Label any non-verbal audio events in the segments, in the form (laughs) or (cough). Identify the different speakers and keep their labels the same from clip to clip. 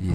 Speaker 1: 以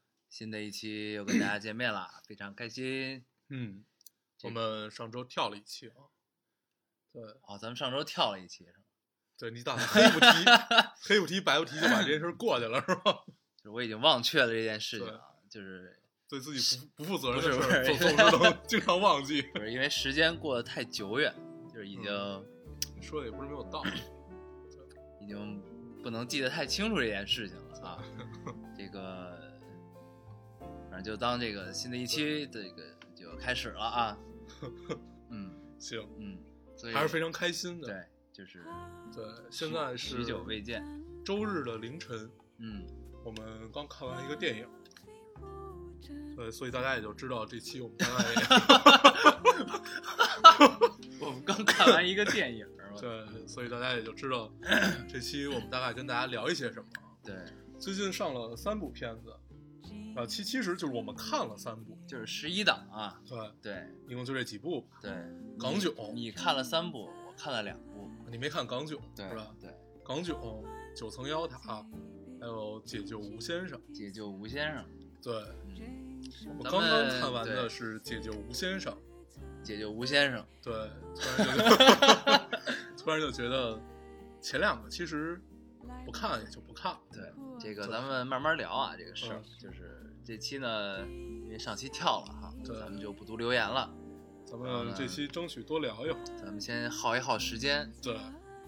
Speaker 1: 新的一期又跟大家见面了，非常开心。
Speaker 2: 嗯，
Speaker 1: 这
Speaker 2: 我们上周跳了一期啊，对，
Speaker 1: 哦，咱们上周跳了一期是吧？
Speaker 2: 对你
Speaker 1: (laughs)
Speaker 2: 打算黑不提，黑不提白不提就把这件事儿过去了是吧？
Speaker 1: 就是我已经忘却了这件事情
Speaker 2: 对
Speaker 1: 了，就是
Speaker 2: 对自己不不负责任的
Speaker 1: 不是
Speaker 2: 事儿，
Speaker 1: 不是
Speaker 2: 总总是能经常忘记。
Speaker 1: 就是因为时间过得太久远，就是已经、
Speaker 2: 嗯你说的也不是没有道理，
Speaker 1: 已经不能记得太清楚这件事情了
Speaker 2: (laughs)
Speaker 1: 啊。这个，反正就当这个新的一期这个就开始了
Speaker 2: (laughs)
Speaker 1: 啊。嗯
Speaker 2: 行，
Speaker 1: 嗯，所以
Speaker 2: 还是非常开心的。
Speaker 1: 对，就是
Speaker 2: 对，现在是
Speaker 1: 许久未见。
Speaker 2: 周日的凌晨，
Speaker 1: 嗯，
Speaker 2: 我们刚看完一个电影，对，所以大家也就知道这期我们大概，
Speaker 1: (laughs) 我们刚看完一个电影儿
Speaker 2: (laughs) (laughs) 对，所以大家也就知道这期我们大概跟大家聊一些什么啊。
Speaker 1: 对，
Speaker 2: 最近上了三部片子，啊，其其实就是我们看了三部，
Speaker 1: 就是十一档啊。
Speaker 2: 对，
Speaker 1: 对
Speaker 2: 一共就这几部。
Speaker 1: 对，
Speaker 2: 港
Speaker 1: 你
Speaker 2: 嗯囧
Speaker 1: 你看了三部，我看了两部，
Speaker 2: 你没看港囧
Speaker 1: 对
Speaker 2: 是吧？
Speaker 1: 对，
Speaker 2: 港囧、九层妖塔，还有解救吴先生。
Speaker 1: 解救吴先生。
Speaker 2: 对
Speaker 1: 嗯，
Speaker 2: 我们
Speaker 1: 咱
Speaker 2: 刚刚
Speaker 1: 们
Speaker 2: 看完
Speaker 1: 对
Speaker 2: 的是解救吴先生，
Speaker 1: 解救吴先生。
Speaker 2: 对，突然就 (laughs) 突然就觉得前两个其实不看也就不看，
Speaker 1: 对，这个
Speaker 2: 对
Speaker 1: 咱们慢慢聊啊，这个事儿
Speaker 2: 嗯。
Speaker 1: 就是这期呢，因为上期跳了哈，
Speaker 2: 对
Speaker 1: 咱们就不读留言了，
Speaker 2: 咱们这期争取多聊一会儿。
Speaker 1: 咱们先耗一耗时间，
Speaker 2: 对，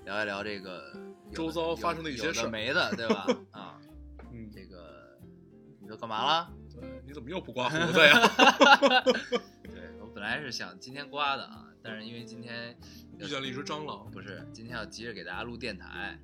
Speaker 1: 聊一聊这个有的
Speaker 2: 周遭发生的一些
Speaker 1: 有
Speaker 2: 事
Speaker 1: 的
Speaker 2: 儿
Speaker 1: 没的，对吧？ (laughs) 啊，
Speaker 2: 嗯，
Speaker 1: 这个你都干嘛啦？
Speaker 2: 对，你怎么又不刮胡
Speaker 1: (laughs)
Speaker 2: 子呀？
Speaker 1: 对我本来是想今天刮的啊，但是因为今天
Speaker 2: 遇见了一只蟑螂，
Speaker 1: 不是今天要急着给大家录电台，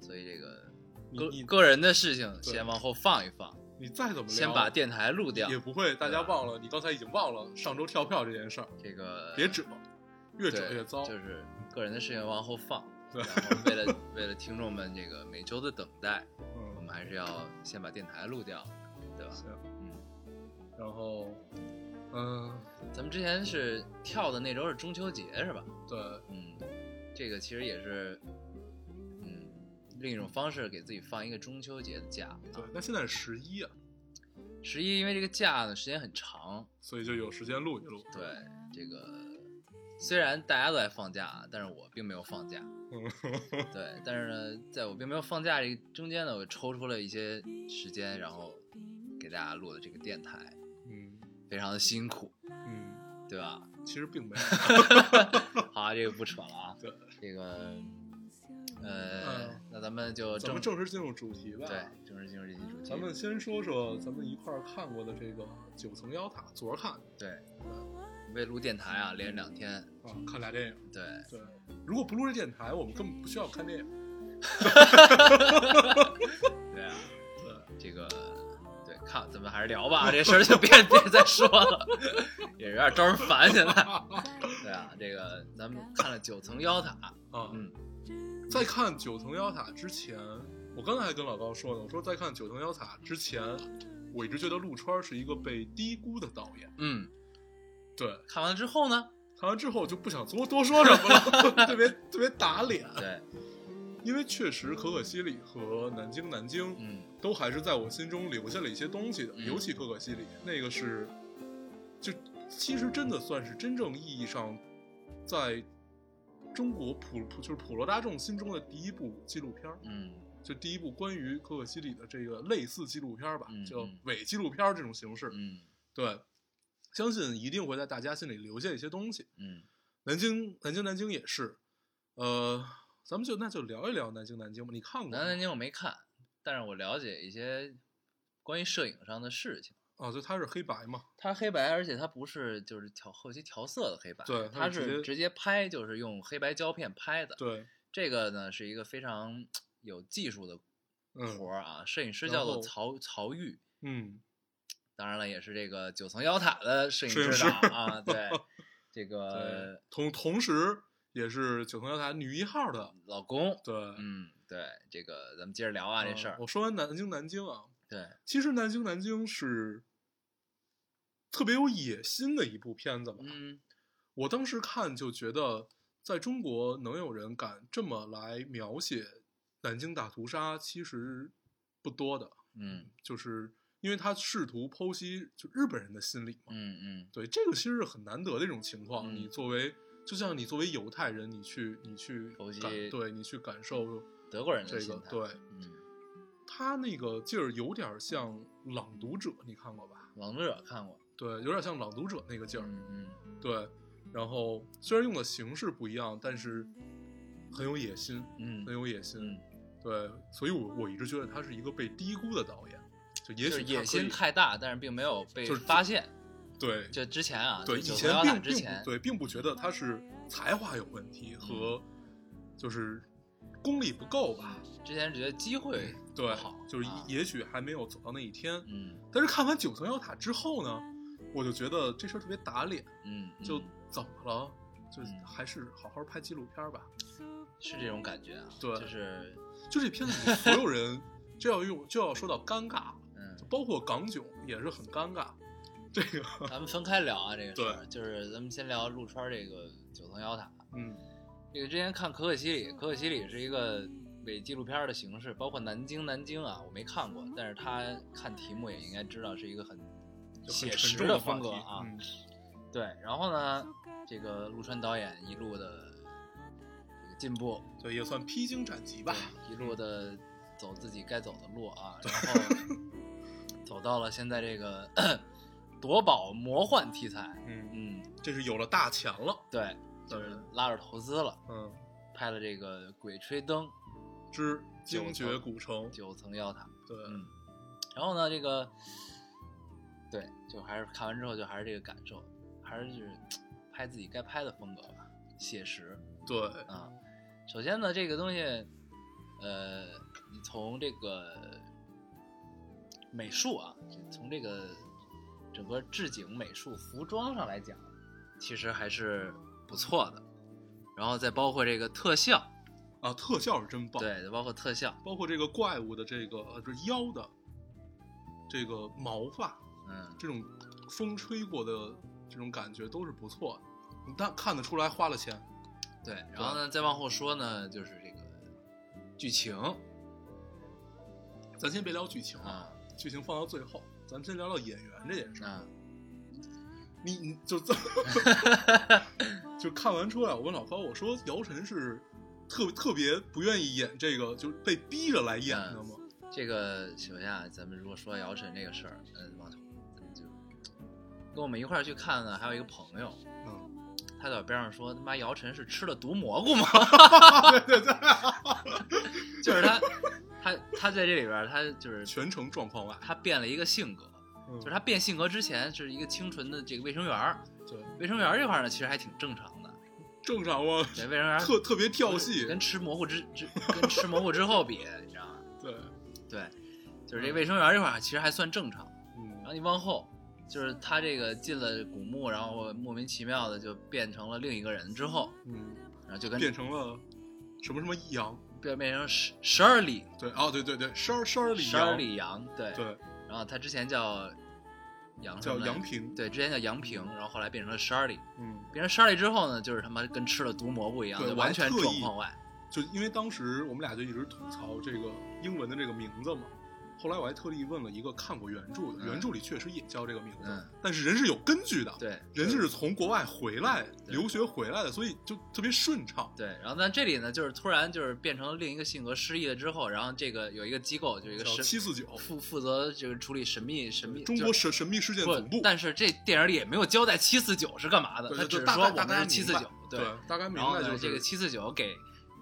Speaker 1: 所以这个
Speaker 2: 你
Speaker 1: 个
Speaker 2: 你
Speaker 1: 个人的事情
Speaker 2: 对
Speaker 1: 先往后放一放，
Speaker 2: 你再怎么聊，
Speaker 1: 先把电台录掉
Speaker 2: 也。不会，大
Speaker 1: 啊
Speaker 2: 家忘了，你刚才已经忘了上周跳票这件事儿，
Speaker 1: 这个
Speaker 2: 别指望， (laughs) 越指
Speaker 1: 对
Speaker 2: 越糟。
Speaker 1: 就是个人的事情往后放。
Speaker 2: 对
Speaker 1: 然后为了为了听众们这个每周的等待，我
Speaker 2: 嗯，
Speaker 1: 们还是要先把电台录掉，对吧？
Speaker 2: 行，
Speaker 1: 嗯，
Speaker 2: 然后，嗯，
Speaker 1: 咱们之前是跳的那周是中秋节是吧？
Speaker 2: 对，
Speaker 1: 嗯，这个其实也是，嗯，另一种方式给自己放一个中秋节的假。
Speaker 2: 对，那现在是十一啊，
Speaker 1: 十一因为这个假呢时间很长，
Speaker 2: 所以就有时间录一录。
Speaker 1: 对这个虽然大家都在放假，啊但是我并没有放假。
Speaker 2: 嗯，
Speaker 1: 对，但是呢，在我并没有放假这个中间呢，我抽出了一些时间，然后给大家录的这个电台，
Speaker 2: 嗯
Speaker 1: 非常的辛苦，
Speaker 2: 嗯，
Speaker 1: 对吧？
Speaker 2: 其实并没
Speaker 1: (laughs) 好、啊，这个不扯了啊，
Speaker 2: 有。 (laughs) 对，
Speaker 1: 这个，呃
Speaker 2: 嗯，
Speaker 1: 那咱们就
Speaker 2: 咱
Speaker 1: 正
Speaker 2: 们正式进入主题吧。
Speaker 1: 对，正式进入这期主题，
Speaker 2: 咱们先说说咱们一块儿看过的这个《九层妖塔》，昨儿看
Speaker 1: 对为录电台啊，连着两天，
Speaker 2: 啊，看俩电影。
Speaker 1: 对，
Speaker 2: 对，如果不录这电台，我们根本不需要看电影。
Speaker 1: 对啊，
Speaker 2: 对。
Speaker 1: 这个。对，看咱们还是聊吧， (laughs) 这事儿就别别再说了， (laughs) 也有点招人烦。现在，对啊，这个咱们看了九层妖塔，
Speaker 2: 啊，
Speaker 1: 嗯，
Speaker 2: 在看《九层妖塔》之前，我刚才还跟老高说呢，我说在看《九层妖塔》之前，我一直觉得陆川是一个被低估的导演。
Speaker 1: 嗯，
Speaker 2: 对，
Speaker 1: 看完之后呢，
Speaker 2: 看完之后就不想多多说什么了， (laughs) 特别特别打脸。
Speaker 1: 对，
Speaker 2: 因为确实可可西里和南京南京
Speaker 1: 嗯
Speaker 2: 都还是在我心中留下了一些东西的，
Speaker 1: 嗯
Speaker 2: 尤其可可西里那个是，就其实真的算是真正意义上在。中国普普就是普罗大众心中的第一部纪录片儿，
Speaker 1: 嗯
Speaker 2: 就第一部关于可可西里的这个类似纪录片儿吧，
Speaker 1: 嗯
Speaker 2: 就
Speaker 1: 嗯
Speaker 2: 伪纪录片儿这种形式，
Speaker 1: 嗯
Speaker 2: 对，相信一定会在大家心里留下一些东西。
Speaker 1: 嗯
Speaker 2: 南京，南京，南京也是，呃，咱们就那就聊一聊南京，南京吧。你看过吗？
Speaker 1: 南南京我没看，但是我了解一些关于摄影上的事情。
Speaker 2: 啊，就它是黑白嘛，
Speaker 1: 它黑白，而且它不是就是调后期调色的黑白，
Speaker 2: 对
Speaker 1: 它
Speaker 2: 它是直
Speaker 1: 是
Speaker 2: 接
Speaker 1: 直接拍，就是用黑白胶片拍的。
Speaker 2: 对，
Speaker 1: 这个呢是一个非常有技术的
Speaker 2: 嗯
Speaker 1: 活儿啊，摄影师
Speaker 2: 然
Speaker 1: 叫做
Speaker 2: 后
Speaker 1: 曹曹禺，
Speaker 2: 嗯，
Speaker 1: 当然了，也是这个九层妖塔的摄影
Speaker 2: 摄影
Speaker 1: 指
Speaker 2: 师
Speaker 1: 导啊，
Speaker 2: (laughs)
Speaker 1: 对，这
Speaker 2: 对
Speaker 1: 个
Speaker 2: 同同时也是九层妖塔女一号的，
Speaker 1: 老公，
Speaker 2: 对，
Speaker 1: 嗯，对，这个咱们接着聊啊这
Speaker 2: 嗯
Speaker 1: 事儿，
Speaker 2: 我说完南京，南京啊，
Speaker 1: 对，
Speaker 2: 其实南京，南京是特别有野心的一部片子吧。
Speaker 1: 嗯，
Speaker 2: 我当时看就觉得，在中国能有人敢这么来描写南京大屠杀，其实不多的。
Speaker 1: 嗯
Speaker 2: 就是因为他试图剖析就日本人的心理嘛。
Speaker 1: 嗯嗯
Speaker 2: 对，这个其实是很难得的一种情况。
Speaker 1: 嗯
Speaker 2: 你作为，就像你作为犹太人，你去你去
Speaker 1: 剖析
Speaker 2: 感，对你去感受
Speaker 1: 德国人的
Speaker 2: 这
Speaker 1: 心
Speaker 2: 个
Speaker 1: 态，，
Speaker 2: 对。
Speaker 1: 嗯，
Speaker 2: 他那个劲儿有点像《朗读者》，你看过吧？
Speaker 1: 王者看过，
Speaker 2: 对，有点像《朗读者》那个劲儿。
Speaker 1: 嗯嗯
Speaker 2: 对，然后虽然用的形式不一样，但是很有野心，
Speaker 1: 嗯
Speaker 2: 很有野心。
Speaker 1: 嗯，
Speaker 2: 哎对，所以我我一直觉得他是一个被低估的导演，就也
Speaker 1: 就是
Speaker 2: 许他可
Speaker 1: 野
Speaker 2: 以
Speaker 1: 心太大，但是并没有被
Speaker 2: 就是
Speaker 1: 发现，
Speaker 2: 对
Speaker 1: 就之前啊，
Speaker 2: 对，以
Speaker 1: 就九
Speaker 2: 前
Speaker 1: 层妖塔
Speaker 2: 并
Speaker 1: 之
Speaker 2: 并
Speaker 1: 前嗯
Speaker 2: 不，对，并不觉得他是才华有问题和就是功力不够吧。
Speaker 1: 之前只觉得机会不
Speaker 2: 嗯对
Speaker 1: 好，，
Speaker 2: 就是
Speaker 1: 啊
Speaker 2: 也许还没有走到那一天。
Speaker 1: 嗯
Speaker 2: 但是看完《九层妖塔》之后呢，我就觉得这事儿特别打脸，
Speaker 1: 嗯，
Speaker 2: 就
Speaker 1: 嗯
Speaker 2: 怎么了？就
Speaker 1: 嗯
Speaker 2: 还是好好拍纪录片儿吧。
Speaker 1: 是这种感觉啊，
Speaker 2: 对
Speaker 1: 就是
Speaker 2: 就这片子里所有人
Speaker 1: (laughs)
Speaker 2: 就要用就要说到尴尬，
Speaker 1: 嗯
Speaker 2: 就，包括港囧也是很尴尬。这个，
Speaker 1: 咱们分开聊啊，这个事儿，就是咱们先聊陆川这个九层妖塔。
Speaker 2: 嗯，
Speaker 1: 这个之前看《可可西里》，《可可西里》是一个伪纪录片的形式，包括《南京》《南京》啊，我没看过，但是他看题目也应该知道是一个很
Speaker 2: 就很
Speaker 1: 写
Speaker 2: 沉
Speaker 1: 实
Speaker 2: 重的话
Speaker 1: 风
Speaker 2: 题
Speaker 1: 格啊。
Speaker 2: 嗯
Speaker 1: 对，然后呢，这个陆川导演一路的这个进步，
Speaker 2: 对，也算披荆斩棘吧。
Speaker 1: 一路的走自己该走的路啊，然后走到了现在这个 (clears throat) 夺宝魔幻题材，
Speaker 2: 嗯，
Speaker 1: 嗯，
Speaker 2: 这是有了大钱了。
Speaker 1: 对，就是拉着投资了，
Speaker 2: 嗯，
Speaker 1: 拍了这个《鬼吹灯》
Speaker 2: 之精绝古城。
Speaker 1: 《九层妖塔》，
Speaker 2: 对，
Speaker 1: 嗯，然后呢，这个对，就还是看完之后就还是这个感受，还是就是拍自己该拍的风格吧，写实
Speaker 2: 对，
Speaker 1: 啊。首先呢，这个东西，呃，你从这个美术啊，就从这个整个置景、美术、服装上来讲，其实还是不错的。然后再包括这个特效，
Speaker 2: 啊，特效是真棒。，
Speaker 1: 对，包括特效，
Speaker 2: 包括这个怪物的这个呃，这妖的这个毛发，
Speaker 1: 嗯，
Speaker 2: 这种风吹过的这种感觉都是不错的。你但看得出来花了钱。
Speaker 1: 对。然后呢，再往后说呢，就是这个剧情
Speaker 2: 咱先别聊剧情
Speaker 1: 啊，
Speaker 2: 剧情放到最后，咱们先聊聊演员这件事。
Speaker 1: 啊，
Speaker 2: 你你
Speaker 1: (laughs)
Speaker 2: 就这，就看完出来，我问老高，我说姚晨是特特别不愿意演这个，就是被逼着来演的吗？
Speaker 1: 这个首先啊，咱们如果说姚晨这个事儿，嗯，往咱们就跟我们一块儿去看呢，还有一个朋友，
Speaker 2: 嗯， (laughs)
Speaker 1: 他在我边上说：“他妈，姚晨是吃了毒蘑菇吗？” (laughs) 就是他，他他在这里边儿，他就是
Speaker 2: 全程状况外，
Speaker 1: 他变了一个性格，
Speaker 2: 嗯
Speaker 1: 就是他变性格之前是一个清纯的这个卫生员儿，
Speaker 2: 对
Speaker 1: 卫生员儿这块儿呢其实还挺正常的，
Speaker 2: 正常吗？
Speaker 1: 对，卫生员儿
Speaker 2: 特特别跳戏，
Speaker 1: 啊跟吃蘑菇之之跟吃蘑菇之后比，你知道吗？
Speaker 2: 对，
Speaker 1: 对，就是这卫生员儿这块儿其实还算正常。然后
Speaker 2: 嗯，
Speaker 1: 你往后，就是他这个进了古墓，然后莫名其妙的就变成了另一个人之后，
Speaker 2: 嗯，
Speaker 1: 然后就跟
Speaker 2: 变成了什么什么羊？
Speaker 1: 变变成十十二里
Speaker 2: 对，啊，对对对，山儿山儿里
Speaker 1: 十二
Speaker 2: 羊，
Speaker 1: 里杨，对。
Speaker 2: 对，
Speaker 1: 然后他之前叫杨什
Speaker 2: 叫
Speaker 1: 么来着
Speaker 2: 杨，平，
Speaker 1: 对，之前叫杨平，然后后来变成了十二里。
Speaker 2: 嗯，
Speaker 1: 变成十二里之后呢，就是他妈跟吃了毒蘑菇一样，
Speaker 2: 对
Speaker 1: 就
Speaker 2: 我还
Speaker 1: 完全
Speaker 2: 特意
Speaker 1: 状况外。
Speaker 2: 就因为当时我们俩就一直吐槽这个英文的这个名字嘛。后来我还特地问了一个看过原著的，
Speaker 1: 嗯
Speaker 2: 原著里确实也叫这个名字，
Speaker 1: 嗯
Speaker 2: 但是人是有根据的，
Speaker 1: 对
Speaker 2: 人是从国外回来
Speaker 1: 对
Speaker 2: 留学回来的，所以就特别顺畅。
Speaker 1: 对，然后但这里呢，就是突然就是变成另一个性格失忆了之后，然后这个有一个机构，就有一个
Speaker 2: 叫
Speaker 1: 神
Speaker 2: 七四九
Speaker 1: 负负责这个处理神秘神秘
Speaker 2: 中
Speaker 1: 就
Speaker 2: 国神神秘事件
Speaker 1: 不
Speaker 2: 总部，
Speaker 1: 但是这电影里也没有交代七四九是干嘛的，
Speaker 2: 对
Speaker 1: 他
Speaker 2: 对
Speaker 1: 只
Speaker 2: 对，
Speaker 1: 是
Speaker 2: 大
Speaker 1: 说
Speaker 2: 概
Speaker 1: 我
Speaker 2: 大
Speaker 1: 们
Speaker 2: 概
Speaker 1: 是七
Speaker 2: 明
Speaker 1: 四
Speaker 2: 白
Speaker 1: 九，
Speaker 2: 对，大概明
Speaker 1: 然后
Speaker 2: 白
Speaker 1: 呢，
Speaker 2: 就
Speaker 1: 这个
Speaker 2: 是
Speaker 1: 七四九给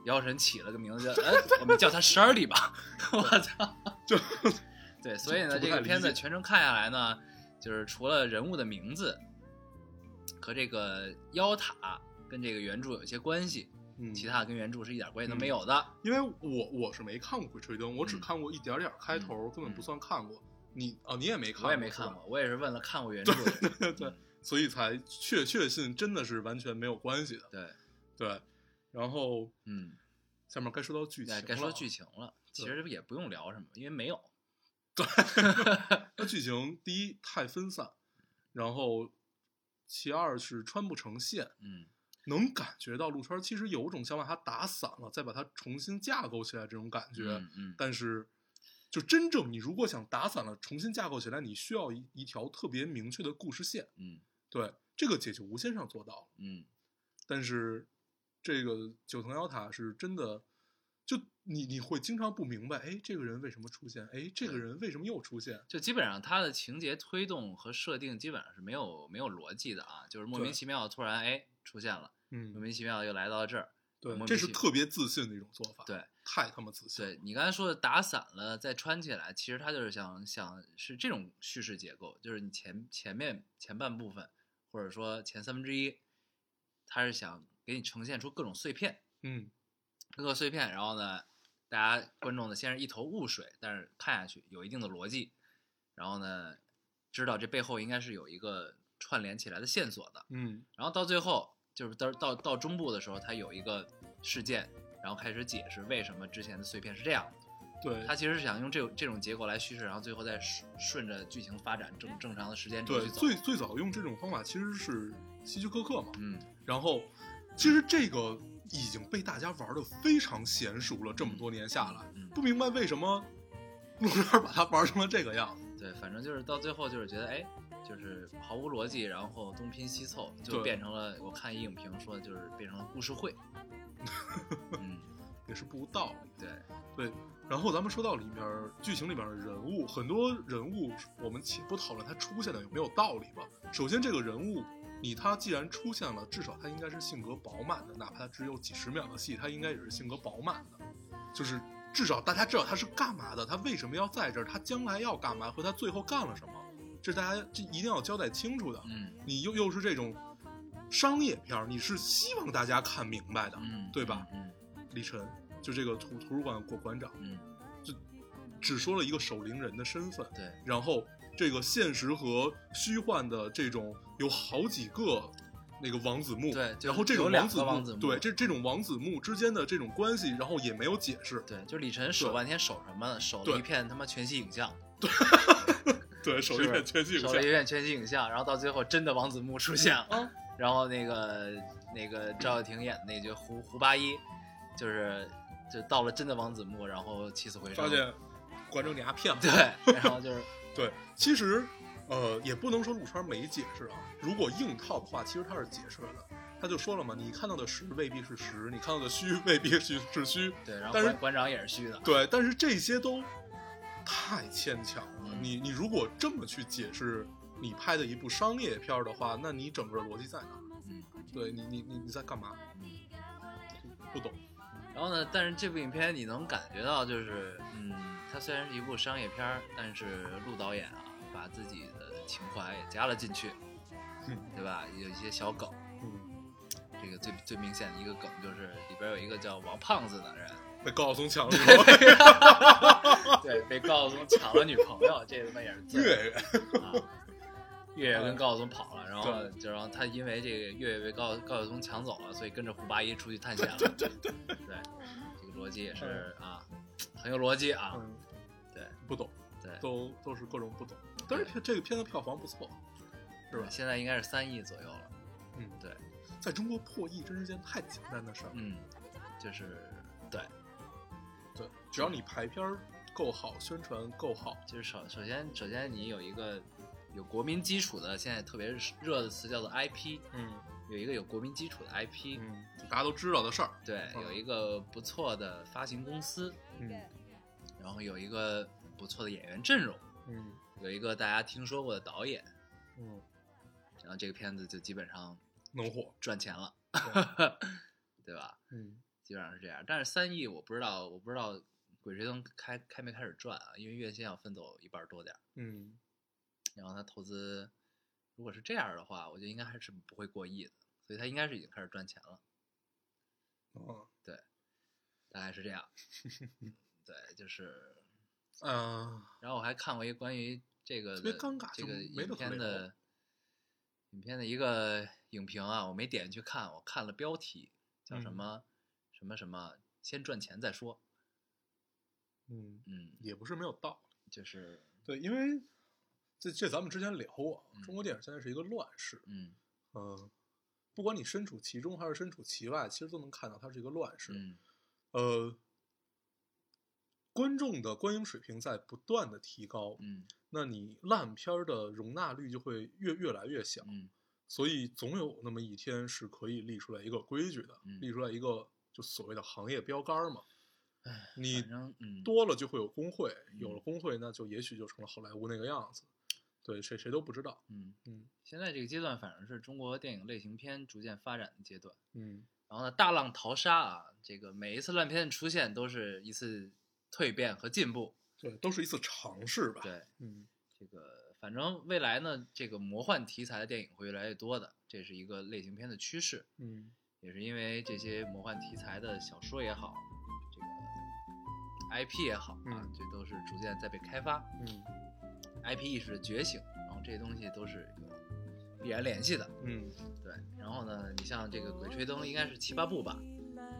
Speaker 1: 姚晨起了个名字叫，哎，我们叫他十二里吧， (laughs) 我操，
Speaker 2: 就
Speaker 1: 对，所以呢，
Speaker 2: 就不
Speaker 1: 这
Speaker 2: 太
Speaker 1: 个片子
Speaker 2: 理解
Speaker 1: 全程看下来呢，就是除了人物的名字和这个妖塔跟这个原著有一些关系，
Speaker 2: 嗯
Speaker 1: 其他的跟原著是一点关系都
Speaker 2: 嗯
Speaker 1: 没有的，
Speaker 2: 因为我我是没看过《鬼吹灯》，我只
Speaker 1: 嗯
Speaker 2: 看过一点点儿开头，根本不算看过。你哦，你也没看过，
Speaker 1: 我也没看
Speaker 2: 是吧
Speaker 1: 过，我也是问了看过原著的
Speaker 2: (laughs)
Speaker 1: 人。
Speaker 2: 对对所以才确确信真的是完全没有关系的。
Speaker 1: 对，
Speaker 2: 对，然后
Speaker 1: 嗯，
Speaker 2: 下面该说到剧情
Speaker 1: 哎
Speaker 2: 了，
Speaker 1: 该说剧情了。其实也不用聊什么，因为没有。
Speaker 2: 那剧情第一太分散，然后其二是穿不成线，
Speaker 1: 嗯，
Speaker 2: 能感觉到陆川其实有种想把它打散了，再把它重新架构起来这种感觉。
Speaker 1: 嗯嗯，
Speaker 2: 但是，就真正你如果想打散了重新架构起来，你需要一一条特别明确的故事线。
Speaker 1: 嗯
Speaker 2: 对，这个解救吴先生做到了。
Speaker 1: 嗯
Speaker 2: 但是这个九层妖塔是真的，就你你会经常不明白，哎，这个人为什么出现？哎，这个人为什么又出现？
Speaker 1: 就基本上它的情节推动和设定基本上是没有没有逻辑的啊，就是莫名
Speaker 2: 对
Speaker 1: 其妙突然哎出现了，莫
Speaker 2: 嗯，
Speaker 1: 名其妙又来到了这儿。
Speaker 2: 对
Speaker 1: 莫，名
Speaker 2: 这是
Speaker 1: 其
Speaker 2: 特别自信的一种做法，
Speaker 1: 对，
Speaker 2: 太他妈自信了。
Speaker 1: 对你刚才说的打散了再穿起来，其实它就是想想是这种叙事结构，就是你前前面前半部分或者说前三分之一，它是想给你呈现出各种碎片，
Speaker 2: 嗯，
Speaker 1: 各个碎片，然后呢，大家观众呢先是一头雾水，但是看下去有一定的逻辑，然后呢，知道这背后应该是有一个串联起来的线索的，
Speaker 2: 嗯
Speaker 1: 然后到最后就是到到到中部的时候，它有一个事件，然后开始解释为什么之前的碎片是这样的。
Speaker 2: 对
Speaker 1: 他其实是想用这种这种结构来叙事，然后最后再顺顺着剧情发展正正常的时间轴
Speaker 2: 对，
Speaker 1: 去走。
Speaker 2: 最最早用这种方法其实是希区柯克嘛，
Speaker 1: 嗯，
Speaker 2: 然后其实这个已经被大家玩的非常娴熟了，这么多年下来，
Speaker 1: 嗯
Speaker 2: 不明白为什么陆川把它玩成了这个样子。
Speaker 1: 对，反正就是到最后就是觉得哎，就是毫无逻辑，然后东拼西凑，就
Speaker 2: 对
Speaker 1: 变成了我看一影评说就是变成了故事
Speaker 2: (laughs)
Speaker 1: 会。嗯，
Speaker 2: 也是不无道理。
Speaker 1: 对，
Speaker 2: 对，然后咱们说到里面儿剧情里面的人物，很多人物我们且不讨论他出现的有没有道理吧。首先，这个人物你他既然出现了，至少他应该是性格饱满的，哪怕他只有几十秒的戏，他应该也是性格饱满的，就是至少大家知道他是干嘛的，他为什么要在这儿，他将来要干嘛和他最后干了什么，这大家这一定要交代清楚的。
Speaker 1: 嗯
Speaker 2: 你又又是这种商业片儿，你是希望大家看明白的，
Speaker 1: 嗯，
Speaker 2: 对吧？
Speaker 1: 嗯
Speaker 2: 李晨，就这个图图书馆馆馆长，
Speaker 1: 嗯嗯，
Speaker 2: 只说了一个守灵人的身份，
Speaker 1: 对
Speaker 2: 然后这个现实和虚幻的这种有好几个那个王子墓，
Speaker 1: 对就
Speaker 2: 然后这
Speaker 1: 有
Speaker 2: 种
Speaker 1: 两
Speaker 2: 子
Speaker 1: 个
Speaker 2: 墓，
Speaker 1: 王子墓
Speaker 2: 对这这种王子墓之间的这种关系，然后也没有解释，
Speaker 1: 对，就李晨守
Speaker 2: 对
Speaker 1: 半天守什么呢？守了
Speaker 2: 对
Speaker 1: 一片他妈全息影像，
Speaker 2: 对，手
Speaker 1: 是
Speaker 2: 里
Speaker 1: 不是
Speaker 2: 面全息影
Speaker 1: 守
Speaker 2: 像
Speaker 1: 了一，片全息影像，然后到最后真的王子木出现了，
Speaker 2: 啊
Speaker 1: 然后那个那个赵又廷演的那句胡胡八一，就是就到了真的王子木，然后起死回生，
Speaker 2: 发现观众你丫 (laughs) 骗了，
Speaker 1: 嗯对，然后
Speaker 2: (laughs)
Speaker 1: 就是
Speaker 2: 对，其实，呃，也不能说陆川没解释啊。如果硬套的话，其实他是解释了的。他就说了嘛，你看到的实未必是实，你看到的虚 (laughs) 未必是是虚。
Speaker 1: 对，然后
Speaker 2: 但是
Speaker 1: 馆馆长也是虚的，
Speaker 2: 对，但是这些都太牵强了。
Speaker 1: 嗯
Speaker 2: 你你如果这么去解释你拍的一部商业片儿的话，那你整个逻辑在哪儿？
Speaker 1: 嗯
Speaker 2: 对你你你你在干嘛？
Speaker 1: 嗯。
Speaker 2: 不懂。
Speaker 1: 然后呢，但是这部影片你能感觉到，就是嗯，它虽然是一部商业片儿，但是陆导演啊，把自己的情怀也加了进去，
Speaker 2: 嗯
Speaker 1: 对吧？有一些小梗，
Speaker 2: 嗯，
Speaker 1: 这个最最明显的一个梗就是里边有一个叫王胖子的人，
Speaker 2: 被告从 (laughs) 墙里哦
Speaker 1: 对，被高晓松抢了女朋友，这他妈也是醉了
Speaker 2: 越 (laughs) 远。
Speaker 1: 啊！ (laughs) 月月跟高晓松跑了，然后
Speaker 2: 对
Speaker 1: 就然后他因为这个月月被高高晓松抢走了，所以跟着胡八一出去探险
Speaker 2: (laughs)
Speaker 1: 了。对对对这个逻辑也是啊，很有逻辑啊。
Speaker 2: 嗯，
Speaker 1: 对，
Speaker 2: 不懂，
Speaker 1: 对，
Speaker 2: 都都是各种不懂。但是这个片子票房不错，是吧？
Speaker 1: 现在应该是三亿左右了。
Speaker 2: 嗯，
Speaker 1: 对，
Speaker 2: 在中国破亿真是件太简单的事儿。
Speaker 1: 嗯，就是对，
Speaker 2: 对，只要你排片儿够好，宣传够好，
Speaker 1: 就是首首先首先你有一个有国民基础的，现在特别热的词叫做 IP，
Speaker 2: 嗯
Speaker 1: 有一个有国民基础的 IP，、
Speaker 2: 嗯，大家都知道的事儿。
Speaker 1: 对，
Speaker 2: 嗯
Speaker 1: 有一个不错的发行公司，
Speaker 2: 嗯
Speaker 1: 然后有一个不错的演员阵容，
Speaker 2: 嗯
Speaker 1: 有一个大家听说过的导演，
Speaker 2: 嗯，
Speaker 1: 然后这个片子就基本上
Speaker 2: 能火。
Speaker 1: 赚钱了， (laughs) 对吧？
Speaker 2: 嗯，
Speaker 1: 基本上是这样。但是三亿我不知道，我不知道《鬼吹灯开》开没开始赚啊，因为院线要分走一半多点儿，
Speaker 2: 嗯，
Speaker 1: 然后他投资如果是这样的话，我觉得应该还是不会过亿的，所以他应该是已经开始赚钱了，
Speaker 2: 啊，
Speaker 1: 大概是这样。对，就是
Speaker 2: 嗯，
Speaker 1: 然后我还看过一个关于这个
Speaker 2: 特别
Speaker 1: 的
Speaker 2: 尴尬
Speaker 1: 这
Speaker 2: 就
Speaker 1: 个
Speaker 2: 没
Speaker 1: 影
Speaker 2: 得可
Speaker 1: 片
Speaker 2: 聊
Speaker 1: 的影片的一个影评啊，我没点去看，我看了标题叫什
Speaker 2: 嗯
Speaker 1: 么、什么什么，先赚钱再说。
Speaker 2: 嗯，
Speaker 1: 嗯，
Speaker 2: 也不是没有道理。
Speaker 1: 就是
Speaker 2: 对，因为这这咱们之前聊过啊
Speaker 1: 嗯，
Speaker 2: 中国电影现在是一个乱世，
Speaker 1: 嗯
Speaker 2: 嗯，不管你身处其中还是身处其外，其实都能看到它是一个乱世。
Speaker 1: 嗯
Speaker 2: 呃，观众的观影水平在不断的提高，
Speaker 1: 嗯
Speaker 2: 那你烂片儿的容纳率就会越越来越小，
Speaker 1: 嗯
Speaker 2: 所以总有那么一天是可以立出来一个规矩的，
Speaker 1: 嗯
Speaker 2: 立出来一个就所谓的行业标杆儿嘛。
Speaker 1: 唉
Speaker 2: 你
Speaker 1: 反正嗯
Speaker 2: 多了就会有工会，有
Speaker 1: 嗯
Speaker 2: 了工会，那就也许就成了好莱坞那个样子。对，谁谁都不知道。
Speaker 1: 嗯
Speaker 2: 嗯
Speaker 1: 现在这个阶段反正是中国电影类型片逐渐发展的阶段。
Speaker 2: 嗯，
Speaker 1: 然后呢，大浪淘沙啊，这个每一次烂片的出现都是一次蜕变和进步。
Speaker 2: 对，都是一次尝试吧。，
Speaker 1: 对，
Speaker 2: 嗯
Speaker 1: 这个反正未来呢，这个魔幻题材的电影会越来越多的，这是一个类型片的趋势，
Speaker 2: 嗯
Speaker 1: 也是因为这些魔幻题材的小说也好，这个 IP 也好啊
Speaker 2: 嗯，
Speaker 1: 这都是逐渐在被开发
Speaker 2: 嗯
Speaker 1: ，IP 意识的觉醒，然后这些东西都是有必然联系的。
Speaker 2: 嗯
Speaker 1: 对，然后呢，你像这个《鬼吹灯》应该是七八部吧，